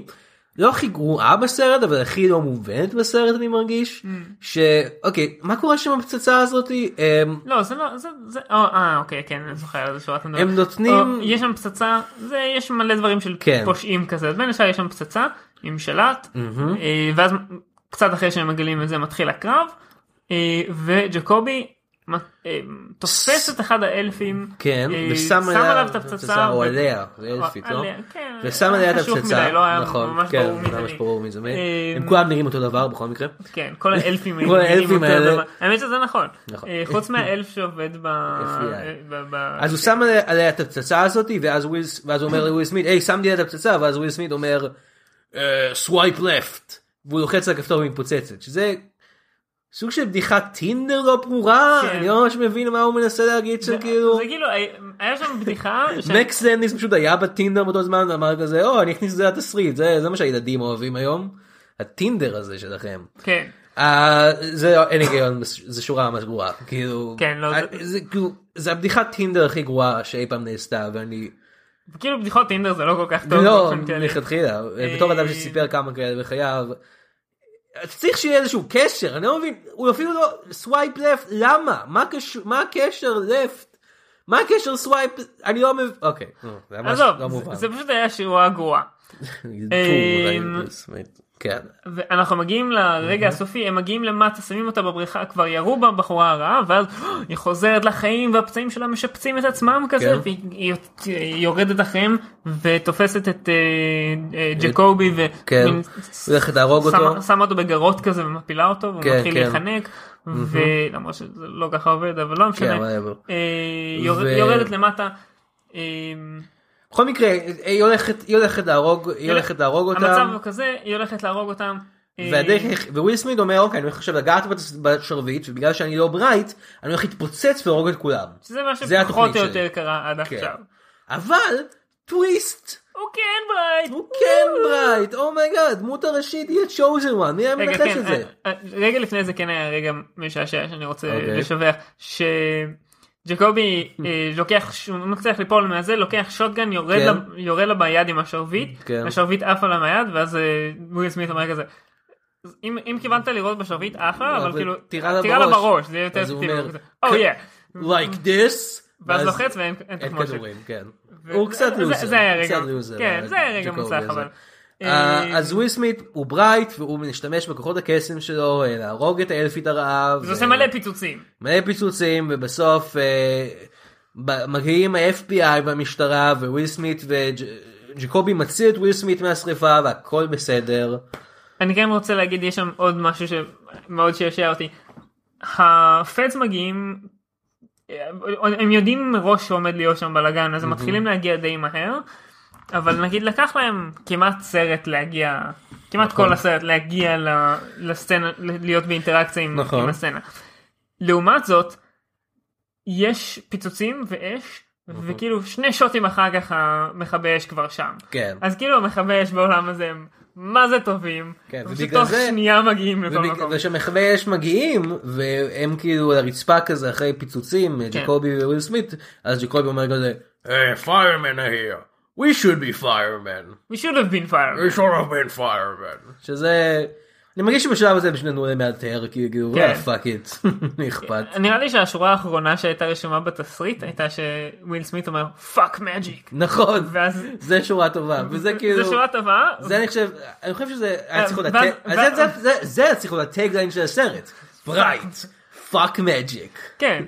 [SPEAKER 2] לא הכי גרועה בסרט אבל הכי לא מובנת בסרט אני
[SPEAKER 3] Mm.
[SPEAKER 2] מרגיש שאוקיי מה קורה שם בפצצה הזאתי אמ,
[SPEAKER 3] לא זה לא זה זה או, אה אוקיי כן אני זוכר על זה שורת מדבר.
[SPEAKER 2] הם נותנים-
[SPEAKER 3] או, יש שם פצצה זה יש מלא דברים של
[SPEAKER 2] כן.
[SPEAKER 3] פושעים כזה אז בין השאר יש שם פצצה עם שלט אה, ואז קצת אחרי שהם מגלים את זה מתחיל הקרב אה, וג'קובי. מ- אה, תופס את אחד האלפים,
[SPEAKER 2] כן,
[SPEAKER 3] אה,
[SPEAKER 2] ושם
[SPEAKER 3] שם
[SPEAKER 2] עליה-
[SPEAKER 3] עליו את
[SPEAKER 2] הפצצה,
[SPEAKER 3] הפצצה,
[SPEAKER 2] או
[SPEAKER 3] ו-
[SPEAKER 2] עליה, זה אלפית, לא?
[SPEAKER 3] עליה, כן,
[SPEAKER 2] ושם עליה את
[SPEAKER 3] חשוך מדי,
[SPEAKER 2] הפצצה,
[SPEAKER 3] לא היה
[SPEAKER 2] נכון,
[SPEAKER 3] ממש
[SPEAKER 2] כן,
[SPEAKER 3] ברור מי זה
[SPEAKER 2] ממש
[SPEAKER 3] מי.
[SPEAKER 2] ברור מי זה מי.
[SPEAKER 3] אה,
[SPEAKER 2] הם כולם נראים אותו דבר בכל מקרה.
[SPEAKER 3] כן, כל האלפים היו
[SPEAKER 2] כל האלפים
[SPEAKER 3] נראים אותו
[SPEAKER 2] האלה.
[SPEAKER 3] דבר. האמת שזה נכון.
[SPEAKER 2] נכון.
[SPEAKER 3] אה, חוץ מהאלף שעובד ב... אה,
[SPEAKER 2] FBI.
[SPEAKER 3] ב- ב-
[SPEAKER 2] אז הוא שם עליה- עליה את הפצצה הזאת, ואז וויל ס- ואז הוא אומר לוויל סמית, היי, שמתי עליה את הפצצה, ואז וויל סמית אומר, סווייפ לפט, והוא לוחץ על הכפתור והיא מתפוצצת, שזה סוג של בדיחת טינדר לא ברורה,
[SPEAKER 3] כן.
[SPEAKER 2] אני לא ממש מבין מה הוא מנסה להגיד
[SPEAKER 3] זה-
[SPEAKER 2] שם, כאילו.
[SPEAKER 3] זה כאילו, היה- היה שם בדיחה, ש-
[SPEAKER 2] מקס לנדיס פשוט היה בטינדר באותו זמן ואמר כזה או אני אכניס את זה לתסריט זה זה מה שהילדים אוהבים היום הטינדר הזה שלכם.
[SPEAKER 3] כן,
[SPEAKER 2] אה, זה לא- אין היגיון זה שורה ממש גרועה כאילו
[SPEAKER 3] כן, לא,
[SPEAKER 2] אה, זה כאילו זה הבדיחת טינדר הכי גרועה שאי פעם נעשתה ואני
[SPEAKER 3] כאילו בדיחות טינדר זה לא כל כך טוב.
[SPEAKER 2] לא
[SPEAKER 3] באופן כללי.
[SPEAKER 2] מלכתחילה בתור אדם שסיפר כמה כאלה בחייו. אתה צריך שיהיה איזשהו קשר אני לא מבין הוא אפילו לא סווייפ לפט למה מה קשור מה הקשר לפט. מה הקשר סווייפ אני לא מבין אוקיי נו, זה ממש
[SPEAKER 3] עזוב,
[SPEAKER 2] לא
[SPEAKER 3] זה-
[SPEAKER 2] מובן.
[SPEAKER 3] זה פשוט היה שירוע גרועה. אמ,
[SPEAKER 2] כן.
[SPEAKER 3] ואנחנו מגיעים לרגע הסופי, הם מגיעים למטה, שמים אותה בבריכה, כבר ירו בה בחורה הרעה, ואז היא חוזרת לחיים והפצעים שלה משפצים את עצמם כזה,
[SPEAKER 2] כן.
[SPEAKER 3] והיא היא יוצ- היא יורדת אחריהם ותופסת את אה, אה, ג'קובי
[SPEAKER 2] כן.
[SPEAKER 3] ומין-
[SPEAKER 2] הולכת להרוג אותו.
[SPEAKER 3] שמה- שמה אותו בגרות כזה ומפילה אותו, והוא
[SPEAKER 2] כן,
[SPEAKER 3] מתחיל
[SPEAKER 2] כן.
[SPEAKER 3] להיחנק, ולמרות שזה לא ככה עובד, אבל לא משנה,
[SPEAKER 2] כן, מה יעבור.
[SPEAKER 3] אה,
[SPEAKER 2] ו-
[SPEAKER 3] יורד- יורדת למטה. אה,
[SPEAKER 2] בכל מקרה היא הולכת היא הולכת להרוג היא הולכת להרוג
[SPEAKER 3] המצב
[SPEAKER 2] אותם
[SPEAKER 3] הוא כזה, היא הולכת להרוג אותם. אה,
[SPEAKER 2] והדרך היח- וויל סמית אומר אוקיי אני הולך עכשיו לגעת בצ- בשרביט ובגלל שאני לא ברייט אני הולך להתפוצץ ולהרוג את כולם.
[SPEAKER 3] שזה מה
[SPEAKER 2] זה
[SPEAKER 3] שפחות או
[SPEAKER 2] התוכנית שלי.
[SPEAKER 3] יותר קרה עד
[SPEAKER 2] כן.
[SPEAKER 3] עכשיו.
[SPEAKER 2] אבל טוויסט
[SPEAKER 3] הוא כן ברייט!
[SPEAKER 2] הוא כן ברייט אומייגאד דמות הראשית היא הצ'וזן וואן מי היה
[SPEAKER 3] רגע,
[SPEAKER 2] מנתש
[SPEAKER 3] כן,
[SPEAKER 2] את זה.
[SPEAKER 3] אה, אה, רגע לפני זה כן היה רגע משעשע שאני רוצה
[SPEAKER 2] אוקיי.
[SPEAKER 3] לשבח, שג'קובי אה, לוקח, ש- הוא מצליח ליפול מהזה, לוקח שוטגן, יורד
[SPEAKER 2] כן.
[SPEAKER 3] לה- יורה לה ביד עם השרביט,
[SPEAKER 2] כן.
[SPEAKER 3] השרביט עף עליו מהיד, ואז אה, וויל סמית אומר כזה, אם אם כיוונת לראות בשרביט אחלה, אבל
[SPEAKER 2] אבל
[SPEAKER 3] כאילו,
[SPEAKER 2] תירה לה
[SPEAKER 3] לה
[SPEAKER 2] בראש."
[SPEAKER 3] בראש, זה יהיה יותר
[SPEAKER 2] אז הוא
[SPEAKER 3] אפקטיבי,
[SPEAKER 2] אומר, "כן."
[SPEAKER 3] הוא כזה, "Oh, yeah."
[SPEAKER 2] like this.
[SPEAKER 3] ואז לוחץ ואין אין
[SPEAKER 2] אין
[SPEAKER 3] תחמושת.
[SPEAKER 2] כדורים כן.
[SPEAKER 3] ו-
[SPEAKER 2] הוא קצת
[SPEAKER 3] זה-
[SPEAKER 2] לוזר.
[SPEAKER 3] זה היה
[SPEAKER 2] קצת
[SPEAKER 3] רגע,
[SPEAKER 2] לוזר,
[SPEAKER 3] כן, זה היה רגע
[SPEAKER 2] ג'קובי
[SPEAKER 3] מוצלח
[SPEAKER 2] הזה.
[SPEAKER 3] אבל.
[SPEAKER 2] אה,
[SPEAKER 3] אה,
[SPEAKER 2] אז וויל סמית הוא ברייט והוא משתמש בכוחות הקסם שלו אה, להרוג את האלפית הרעה.
[SPEAKER 3] זה
[SPEAKER 2] ו-
[SPEAKER 3] עושה מלא פיצוצים.
[SPEAKER 2] מלא פיצוצים ובסוף אה, ב- מגיעים ה-FBI והמשטרה וויל סמית וג'קובי מציל את וויל סמית מהשריפה והכל בסדר.
[SPEAKER 3] אני כן רוצה להגיד יש שם עוד משהו שמאוד שעשע אותי. הפדס מגיעים הם יודעים מראש שעומד להיות שם בלאגן אז הם מתחילים להגיע די מהר אבל נגיד לקח להם כמעט סרט להגיע כמעט
[SPEAKER 2] נכון.
[SPEAKER 3] כל הסרט להגיע ל- לסצנה ל- להיות באינטראקציה עם
[SPEAKER 2] נכון.
[SPEAKER 3] עם הסצנה. לעומת זאת יש פיצוצים ואש
[SPEAKER 2] נכון.
[SPEAKER 3] וכאילו שני שוטים אחר כך המכבי אש כבר שם.
[SPEAKER 2] כן.
[SPEAKER 3] אז כאילו המכבי אש בעולם הזה הם מה זה טובים.
[SPEAKER 2] כן, ובגלל
[SPEAKER 3] ושתוך
[SPEAKER 2] זה-
[SPEAKER 3] שנייה מגיעים לכל
[SPEAKER 2] ובג-
[SPEAKER 3] מקום.
[SPEAKER 2] ושמחווי אש מגיעים והם כאילו על הרצפה כזה אחרי פיצוצים אה,
[SPEAKER 3] כן.
[SPEAKER 2] ג'קובי וויל סמית אז ג'קובי אומר כזה "Hey, firemen are here we should be firemen
[SPEAKER 3] We should have been fired.
[SPEAKER 2] we should have been firemen שזה אני מרגיש שבשלב הזה הם פשוט נתנו להם מהתאר כאילו
[SPEAKER 3] כן.
[SPEAKER 2] פאק איט אכפת
[SPEAKER 3] נראה לי שהשורה האחרונה שהייתה רשומה בתסריט הייתה שוויל סמית אומר פאק מג'יק.
[SPEAKER 2] נכון
[SPEAKER 3] ואז
[SPEAKER 2] זה שורה טובה וזה כאילו
[SPEAKER 3] זו שורה אה, טובה.
[SPEAKER 2] זה אני חושב אני חושב שזה היה צריך להיות
[SPEAKER 3] ואז-
[SPEAKER 2] הטייק-
[SPEAKER 3] ואז-
[SPEAKER 2] זה- זה- זה- זה היה צריך להיות הטייק ליין של הסרט ברייט פאק מג'יק
[SPEAKER 3] כן.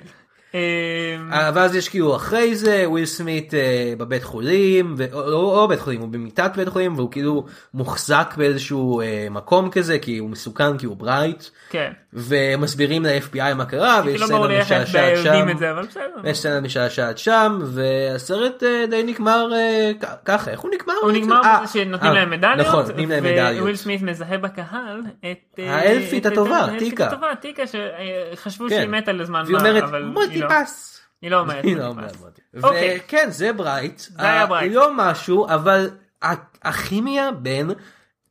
[SPEAKER 3] אמ,
[SPEAKER 2] אה, ואז יש כאילו אחרי זה וויל סמית אה, בבית חולים ו- או- או או בית חולים הוא במיטת בית חולים והוא כאילו מוחזק באיזשהו אה, מקום כזה כי הוא מסוכן כי הוא ברייט
[SPEAKER 3] כן.
[SPEAKER 2] ומסבירים ל-FBI מה קרה ויש
[SPEAKER 3] לא ברור
[SPEAKER 2] סצנה
[SPEAKER 3] לי איך
[SPEAKER 2] משעשעת
[SPEAKER 3] הם
[SPEAKER 2] שם
[SPEAKER 3] יודעים את זה, אבל בסדר.
[SPEAKER 2] יש סצנה משעשעת שם והסרט אה, די נגמר אה, כ- ככה איך הוא נגמר?
[SPEAKER 3] הוא
[SPEAKER 2] בעצם?
[SPEAKER 3] נגמר
[SPEAKER 2] אה,
[SPEAKER 3] בזה שנותנים
[SPEAKER 2] אה,
[SPEAKER 3] להם מדליות,
[SPEAKER 2] נכון נותנים להם
[SPEAKER 3] וויל
[SPEAKER 2] מדליות
[SPEAKER 3] סמית מזהה בקהל את... אה,
[SPEAKER 2] האלפית
[SPEAKER 3] את-
[SPEAKER 2] הטובה,
[SPEAKER 3] את- האלפית
[SPEAKER 2] טיקה.
[SPEAKER 3] הטובה, טיקה, שחשבו
[SPEAKER 2] כן.
[SPEAKER 3] שהיא מתה לזמן
[SPEAKER 2] והיא
[SPEAKER 3] מה,
[SPEAKER 2] אומרת
[SPEAKER 3] אבל
[SPEAKER 2] מוטי
[SPEAKER 3] היא לא.
[SPEAKER 2] פס.
[SPEAKER 3] היא לא אומרת
[SPEAKER 2] היא לא
[SPEAKER 3] מוטי
[SPEAKER 2] אומרת
[SPEAKER 3] פס.
[SPEAKER 2] מוטי.
[SPEAKER 3] אוקיי.
[SPEAKER 2] וכן זה ברייט.
[SPEAKER 3] היה
[SPEAKER 2] אה,
[SPEAKER 3] ברייט.
[SPEAKER 2] היא לא משהו אבל ה- הכימיה בין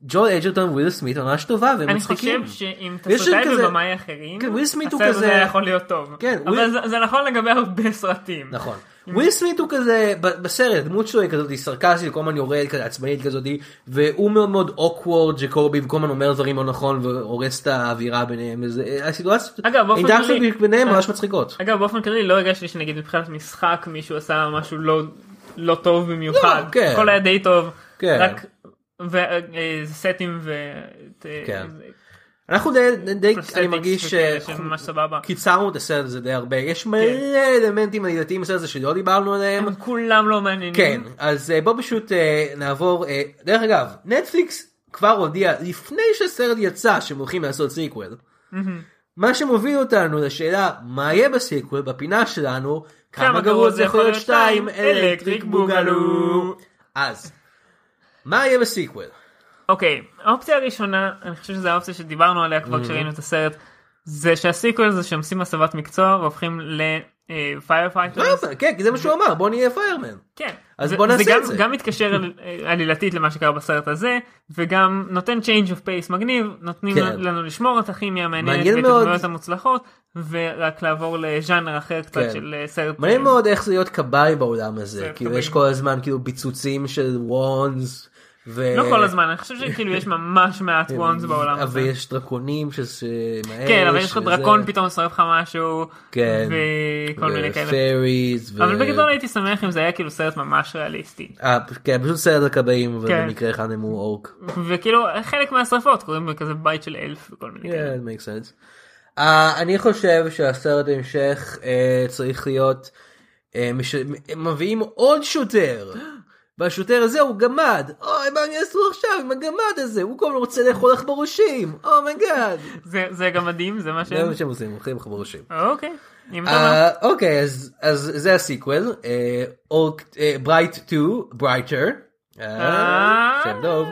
[SPEAKER 2] ג'ול אג'רטון וויל סמית ממש טובה והם
[SPEAKER 3] אני
[SPEAKER 2] מצחיקים.
[SPEAKER 3] חושב שאם
[SPEAKER 2] ויש
[SPEAKER 3] תסרטאי
[SPEAKER 2] כזה-
[SPEAKER 3] ובמאי אחרים,
[SPEAKER 2] כן, וויל סמית הוא
[SPEAKER 3] הסרט הזה
[SPEAKER 2] כזה-
[SPEAKER 3] היה יכול להיות טוב.
[SPEAKER 2] כן,
[SPEAKER 3] אבל
[SPEAKER 2] וויל-
[SPEAKER 3] זה- זה נכון לגבי הרבה סרטים.
[SPEAKER 2] נכון.
[SPEAKER 3] Mm-hmm.
[SPEAKER 2] וויל סמית הוא כזה ב- בסרט דמות שלו היא כזאת היא סרקסית כל הזמן יורד כזה עצבנית כזאת והוא מאוד מאוד אוקוורד ג'קובי וכל הזמן אומר דברים לא נכון והורס את האווירה ביניהם וזה אה, הסיטואציות
[SPEAKER 3] אגב, באופן
[SPEAKER 2] האינטראקציות
[SPEAKER 3] כללי-
[SPEAKER 2] ביניהם
[SPEAKER 3] אה.
[SPEAKER 2] ממש מצחיקות.
[SPEAKER 3] אגב באופן כללי לא הרגשתי שנגיד מבחינת משחק מישהו עשה משהו לא לא טוב במיוחד
[SPEAKER 2] לא, כן.
[SPEAKER 3] הכל היה די טוב
[SPEAKER 2] כן.
[SPEAKER 3] רק ו- אה, סטים ו... אה,
[SPEAKER 2] כן. אנחנו די, די- די
[SPEAKER 3] פרסטטיקס
[SPEAKER 2] אני מרגיש
[SPEAKER 3] וכאלה
[SPEAKER 2] שאנחנו-
[SPEAKER 3] שהם ממש סבבה.
[SPEAKER 2] קיצרנו את הסרט הזה די הרבה יש מלא
[SPEAKER 3] כן.
[SPEAKER 2] אלמנטים עלילתיים בסרט הזה שלא דיברנו עליהם.
[SPEAKER 3] הם כולם לא מעניינים
[SPEAKER 2] כן אז אה, בוא פשוט אה, נעבור אה, דרך אגב נטפליקס כבר הודיע לפני שהסרט יצא שהם הולכים לעשות סיקוול. מה שמוביל אותנו לשאלה מה יהיה בסיקוול בפינה שלנו כמה גרוע זה יכול להיות שתיים אלקטריק בוגלו אז מה יהיה בסיקוול
[SPEAKER 3] אוקיי האופציה הראשונה אני חושב שזו האופציה שדיברנו עליה
[SPEAKER 2] Mhm.
[SPEAKER 3] כבר כשראינו את הסרט זה שהסיקוול זה שהם עושים הסבת מקצוע והופכים אה, לפייר פייטרס
[SPEAKER 2] כן כי זה מה שהוא אמר בוא נהיה פיירמן
[SPEAKER 3] כן.
[SPEAKER 2] אז
[SPEAKER 3] זה-
[SPEAKER 2] בוא נעשה
[SPEAKER 3] זה גם,
[SPEAKER 2] את זה.
[SPEAKER 3] גם מתקשר על- עלילתית למה שקרה בסרט הזה, וגם נותן change of pace מגניב, נותנים
[SPEAKER 2] כן.
[SPEAKER 3] לנו לשמור את הכימיה המעניינת
[SPEAKER 2] מעניין
[SPEAKER 3] ואת
[SPEAKER 2] מאוד.
[SPEAKER 3] הדמויות המוצלחות, ורק לעבור לז'אנר אחר קצת
[SPEAKER 2] כן.
[SPEAKER 3] של אה, סרט.
[SPEAKER 2] מעניין מאוד איך זה להיות כבאי בעולם הזה
[SPEAKER 3] זה
[SPEAKER 2] כאילו
[SPEAKER 3] כבאי.
[SPEAKER 2] יש כל הזמן כאילו ביצוצים של וונס. ו...
[SPEAKER 3] לא כל הזמן, אני חושב שכאילו יש ממש מעט וונס בעולם
[SPEAKER 2] כן, אבל
[SPEAKER 3] הזה.
[SPEAKER 2] יש דרקונים שזה...
[SPEAKER 3] כן, אבל יש לך דרקון פתאום שורף לך משהו,
[SPEAKER 2] כן.
[SPEAKER 3] וכל מיני כאלה.
[SPEAKER 2] ופייריז.
[SPEAKER 3] אבל בגדול הייתי שמח אם זה היה כאילו סרט ממש ריאליסטי.
[SPEAKER 2] כן, פשוט סרט הכבאים,
[SPEAKER 3] כן.
[SPEAKER 2] ובמקרה אחד הם הוא אורק.
[SPEAKER 3] וכאילו חלק מהשרפות קוראים בכזה בית של אלף וכל מיני כאלה.
[SPEAKER 2] כן, it makes sense. אה, אני חושב שהסרט המשך אה, צריך להיות... אה, מש- מ- מביאים עוד שוטר. והשוטר הזה הוא גמד, אוי מה הם יעשו עכשיו עם הגמד הזה, הוא כל הזמן רוצה לאכול לך בראשים, אומייגאד.
[SPEAKER 3] זה- זה גם מדהים, זה מה ש...
[SPEAKER 2] זה מה שהם עושים, אוכלים לך בראשים.
[SPEAKER 3] אוקיי, אם כן. אתה אומר.
[SPEAKER 2] אה, אוקיי אז אז זה הסיקוול Uh, ברייט 2 ברייטר
[SPEAKER 3] אה,
[SPEAKER 2] Uh, שם טוב.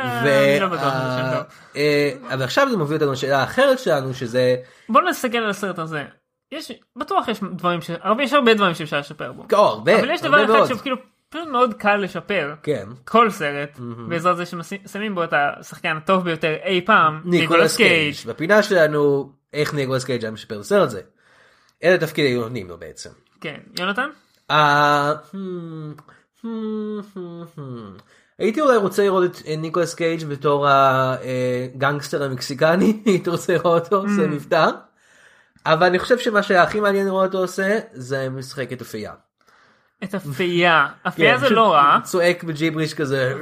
[SPEAKER 3] אני לא בטוח שזה שם
[SPEAKER 2] וה-
[SPEAKER 3] טוב.
[SPEAKER 2] אה, אבל עכשיו זה מוביל אותנו לשאלה אחרת שלנו שזה
[SPEAKER 3] בוא נסתכל על הסרט הזה. יש, בטוח יש דברים ש... הרבה- יש הרבה דברים שאפשר לשפר בו.
[SPEAKER 2] או, לא, הרבה
[SPEAKER 3] אבל יש
[SPEAKER 2] כן, הרבה
[SPEAKER 3] דבר
[SPEAKER 2] מאוד.
[SPEAKER 3] אחד שהוא כאילו פשוט מאוד קל לשפר.
[SPEAKER 2] כן
[SPEAKER 3] כל סרט, בעזרת זה ששמים בו את השחקן הטוב ביותר אי פעם,
[SPEAKER 2] ניקולס קייג' בפינה שלנו איך ניקולס קייג' היה משפר את הסרט הזה. אלה תפקיד היו נותנים לו בעצם.
[SPEAKER 3] כן, יונתן?
[SPEAKER 2] אה, hmm, hmm, hmm, hmm. הייתי אולי רוצה לראות את אה, ניקולס קייג' בתור הגנגסטר המקסיקני, הייתי רוצה לראות אותו
[SPEAKER 3] Hmm.
[SPEAKER 2] עושה מבטא. אבל אני חושב שמה שהיה הכי מעניין לראות אותו עושה, זה משחק את אפייה.
[SPEAKER 3] את הפייה. הפייה
[SPEAKER 2] כן,
[SPEAKER 3] זה
[SPEAKER 2] פשוט
[SPEAKER 3] לא רע. כן.
[SPEAKER 2] צועק בג'יבריש כזה,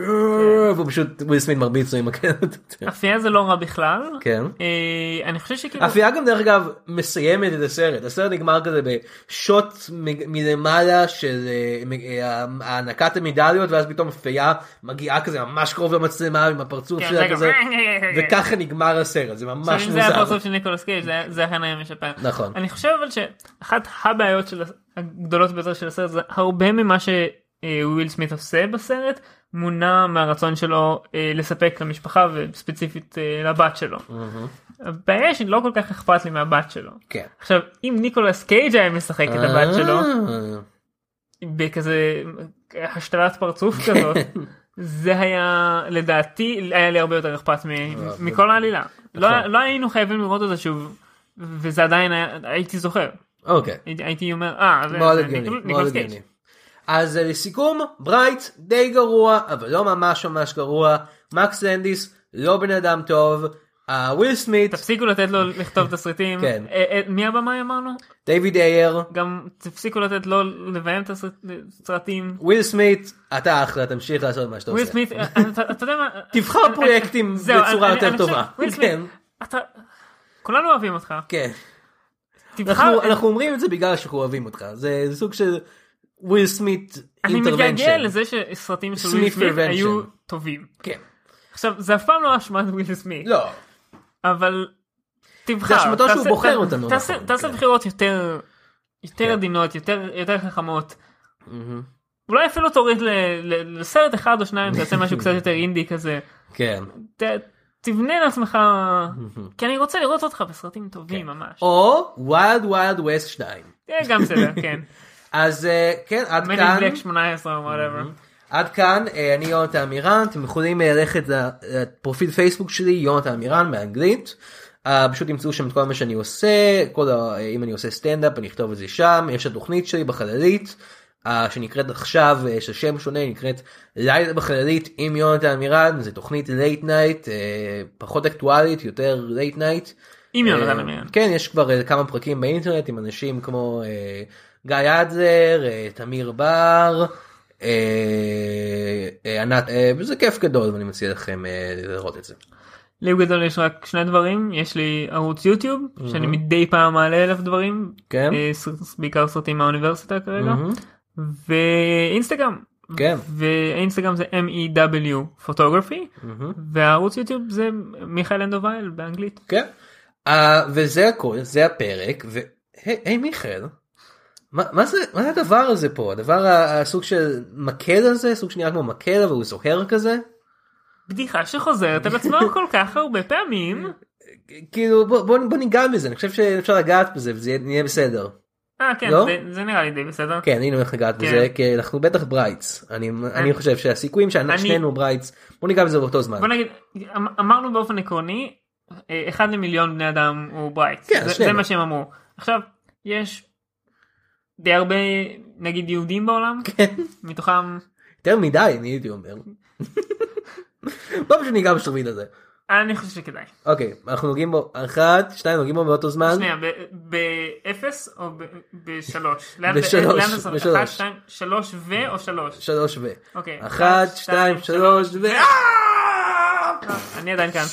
[SPEAKER 2] והוא פשוט, וויל סמית מרביץ לו עם הקלט.
[SPEAKER 3] הפייה זה לא רע בכלל.
[SPEAKER 2] כן.
[SPEAKER 3] אה, אני חושב שכאילו...
[SPEAKER 2] אפייה גם דרך אגב מסיימת את הסרט הסרט נגמר כזה בשוט מ- מלמעלה של אה, מ- אה, הענקת המדליות ואז פתאום אפייה מגיעה כזה ממש קרוב למצלמה עם הפרצוף
[SPEAKER 3] כן,
[SPEAKER 2] שלה
[SPEAKER 3] רגע.
[SPEAKER 2] כזה וככה נגמר הסרט זה
[SPEAKER 3] עכשיו,
[SPEAKER 2] ממש
[SPEAKER 3] אם זה היה
[SPEAKER 2] מוזר.
[SPEAKER 3] הפרצוף של ניקולס קייג' זה- זה אכן היה משפר.
[SPEAKER 2] נכון.
[SPEAKER 3] אני חושב אבל שאחת הבעיות של הס- הגדולות ביותר של הסרט זה הרבה ממה שוויל סמית עושה בסרט מונע מהרצון שלו אה, לספק למשפחה וספציפית אה, לבת שלו. הבעיה היא שלא כל כך אכפת לי מהבת שלו.
[SPEAKER 2] כן.
[SPEAKER 3] עכשיו אם ניקולס קייג' היה משחק את הבת שלו
[SPEAKER 2] אה,
[SPEAKER 3] בכזה השתלת פרצוף כזאת. זה היה לדעתי היה לי הרבה יותר אכפת מ-
[SPEAKER 2] אה,
[SPEAKER 3] מכל העלילה
[SPEAKER 2] נכון.
[SPEAKER 3] לא לא היינו חייבים לראות את זה שוב וזה עדיין היה הייתי זוכר
[SPEAKER 2] אוקיי.
[SPEAKER 3] הייתי- הייתי אומר אה זה-
[SPEAKER 2] מאוד
[SPEAKER 3] זה
[SPEAKER 2] הגיוני.
[SPEAKER 3] ניקול-
[SPEAKER 2] מאוד
[SPEAKER 3] ניקולס קייג'."
[SPEAKER 2] הגיוני. אז אה, לסיכום ברייט די גרוע אבל לא ממש ממש גרוע מקס לנדיס לא בן אדם טוב אה, וויל סמית
[SPEAKER 3] תפסיקו לתת לו לכתוב תסריטים
[SPEAKER 2] כן.
[SPEAKER 3] אה, אה, מי הבמאי אמרנו
[SPEAKER 2] דיוויד אייר.
[SPEAKER 3] גם תפסיקו לתת לו לביים תסריטים
[SPEAKER 2] וויל סמית אתה אחלה תמשיך לעשות מה שאתה
[SPEAKER 3] וויל
[SPEAKER 2] עושה.
[SPEAKER 3] סמית אה, אתה אתה יודע מה
[SPEAKER 2] לא תבחר
[SPEAKER 3] אני-
[SPEAKER 2] פרויקטים
[SPEAKER 3] זהו,
[SPEAKER 2] בצורה
[SPEAKER 3] אני-
[SPEAKER 2] יותר כן.
[SPEAKER 3] אני חושב-
[SPEAKER 2] טובה.
[SPEAKER 3] וויל סמית,
[SPEAKER 2] כן.
[SPEAKER 3] אתה כולנו אוהבים אותך
[SPEAKER 2] כן.
[SPEAKER 3] תבחר...
[SPEAKER 2] אנחנו אנחנו אומרים את זה בגלל שאנחנו אוהבים אותך זה זה סוג של וויל סמית
[SPEAKER 3] אני מתגעגע
[SPEAKER 2] אינטרוונשן.
[SPEAKER 3] לזה שסרטים של וויל
[SPEAKER 2] סמיף
[SPEAKER 3] סמית
[SPEAKER 2] intervention.
[SPEAKER 3] היו טובים.
[SPEAKER 2] כן.
[SPEAKER 3] עכשיו, זה אף פעם לא אשמת וויל סמית,
[SPEAKER 2] לא.
[SPEAKER 3] אבל תבחר.
[SPEAKER 2] זה אשמתו שהוא
[SPEAKER 3] תעשה-
[SPEAKER 2] בוחר
[SPEAKER 3] ת-
[SPEAKER 2] אותנו,
[SPEAKER 3] תעשה-
[SPEAKER 2] נכון,
[SPEAKER 3] תעשה
[SPEAKER 2] כן.
[SPEAKER 3] בחירות יותר יותר עדינות, יותר יותר חכמות. אולי אפילו תוריד ל- ל- לסרט אחד או שניים, תעשה משהו קצת יותר אינדי כזה.
[SPEAKER 2] כן.
[SPEAKER 3] ת- תבנה לעצמך, כי אני רוצה לראות אותך בסרטים טובים
[SPEAKER 2] כן.
[SPEAKER 3] ממש.
[SPEAKER 2] או ווילד ווילד ווסט 2.
[SPEAKER 3] כן, גם בסדר, כן.
[SPEAKER 2] אז אה, כן עד
[SPEAKER 3] Men in
[SPEAKER 2] כאן.
[SPEAKER 3] Black 18 או whatever.
[SPEAKER 2] עד כאן אה, אני יונתן מירן אתם יכולים אה, ללכת ל- לפרופיל פייסבוק שלי יונתן מירן באנגלית. אה, פשוט תמצאו שם את כל מה שאני עושה כל ה... אה, אם אני עושה סטנדאפ אני אכתוב את זה שם יש את התוכנית שלי בחללית אה, שנקראת עכשיו אה, של שם שונה נקראת לילה בחללית עם יונתן מירן זה תוכנית לייט נייט פחות אקטואלית יותר לייט נייט.
[SPEAKER 3] אם לא יונתן
[SPEAKER 2] אה,
[SPEAKER 3] אמירן.
[SPEAKER 2] כן, יש כבר אה, כמה פרקים באינטרנט עם אנשים כמו אה, גיא אדלר, אה, תמיר בר, אה, אה, ענת, אה, וזה כיף גדול ואני מציע לכם אה, לראות את זה.
[SPEAKER 3] לי בגדול יש רק שני דברים יש לי ערוץ יוטיוב שאני מדי פעם מעלה אליו דברים
[SPEAKER 2] Mhm. כן. Mhm.
[SPEAKER 3] אה, ס- בעיקר סרטים מהאוניברסיטה כרגע ואינסטגרם
[SPEAKER 2] כן.
[SPEAKER 3] ואינסטגרם זה MEW פוטוגרפי
[SPEAKER 2] Mhm.
[SPEAKER 3] והערוץ יוטיוב זה מיכאל אנדובייל באנגלית
[SPEAKER 2] כן. אה, וזה הכל, זה הפרק, והי היי, מיכאל, מה, מה, זה, מה זה הדבר הזה פה? הדבר, ה- הסוג של מקל הזה, סוג שנראה כמו מקל אבל הוא זוהר כזה?
[SPEAKER 3] בדיחה שחוזרת על עצמה כל כך הרבה פעמים
[SPEAKER 2] כאילו בוא, בוא, בוא ניגע בזה, אני חושב שאפשר לגעת בזה וזה יהיה- נהיה בסדר.
[SPEAKER 3] אה כן
[SPEAKER 2] לא?
[SPEAKER 3] זה- זה נראה לי די בסדר
[SPEAKER 2] כן, הנה הולך לגעת בזה, כי אנחנו בטח ברייטס. אני, אני חושב שהסיכויים
[SPEAKER 3] אני-
[SPEAKER 2] ששנינו ברייטס, בוא ניגע בזה באותו זמן.
[SPEAKER 3] בוא נגיד אמ- אמרנו באופן עקרוני אה, אחד למיליון בני אדם הוא ברייט
[SPEAKER 2] כן,
[SPEAKER 3] זה,
[SPEAKER 2] שנינו.
[SPEAKER 3] זה מה שהם אמרו עכשיו יש די הרבה נגיד יהודים בעולם
[SPEAKER 2] כן,
[SPEAKER 3] מתוכם
[SPEAKER 2] יותר מדי, אני הייתי אומר. בוא פשוט ניגע בשרביט הזה.
[SPEAKER 3] אני חושב שכדאי
[SPEAKER 2] אוקיי, אנחנו נוגעים בו, אחת, שתיים, נוגעים בו באותו זמן.
[SPEAKER 3] שנייה ב- באפס או ב- בשלוש לאן-
[SPEAKER 2] בשלוש,
[SPEAKER 3] לאן זה-
[SPEAKER 2] בשלוש.
[SPEAKER 3] אחת, שתיים, שלוש ו או שלוש
[SPEAKER 2] שלוש ו...
[SPEAKER 3] אוקיי.
[SPEAKER 2] אחת, שתיים, שלוש ו... אה,
[SPEAKER 3] אני עדיין כאן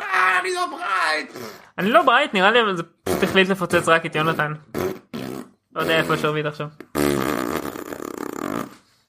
[SPEAKER 2] אה, אני לא ברייט!
[SPEAKER 3] אני לא ברייט נראה לי אבל זה פשוט החליט לפוצץ רק את יונתן לא יודע איפה השרביט עכשיו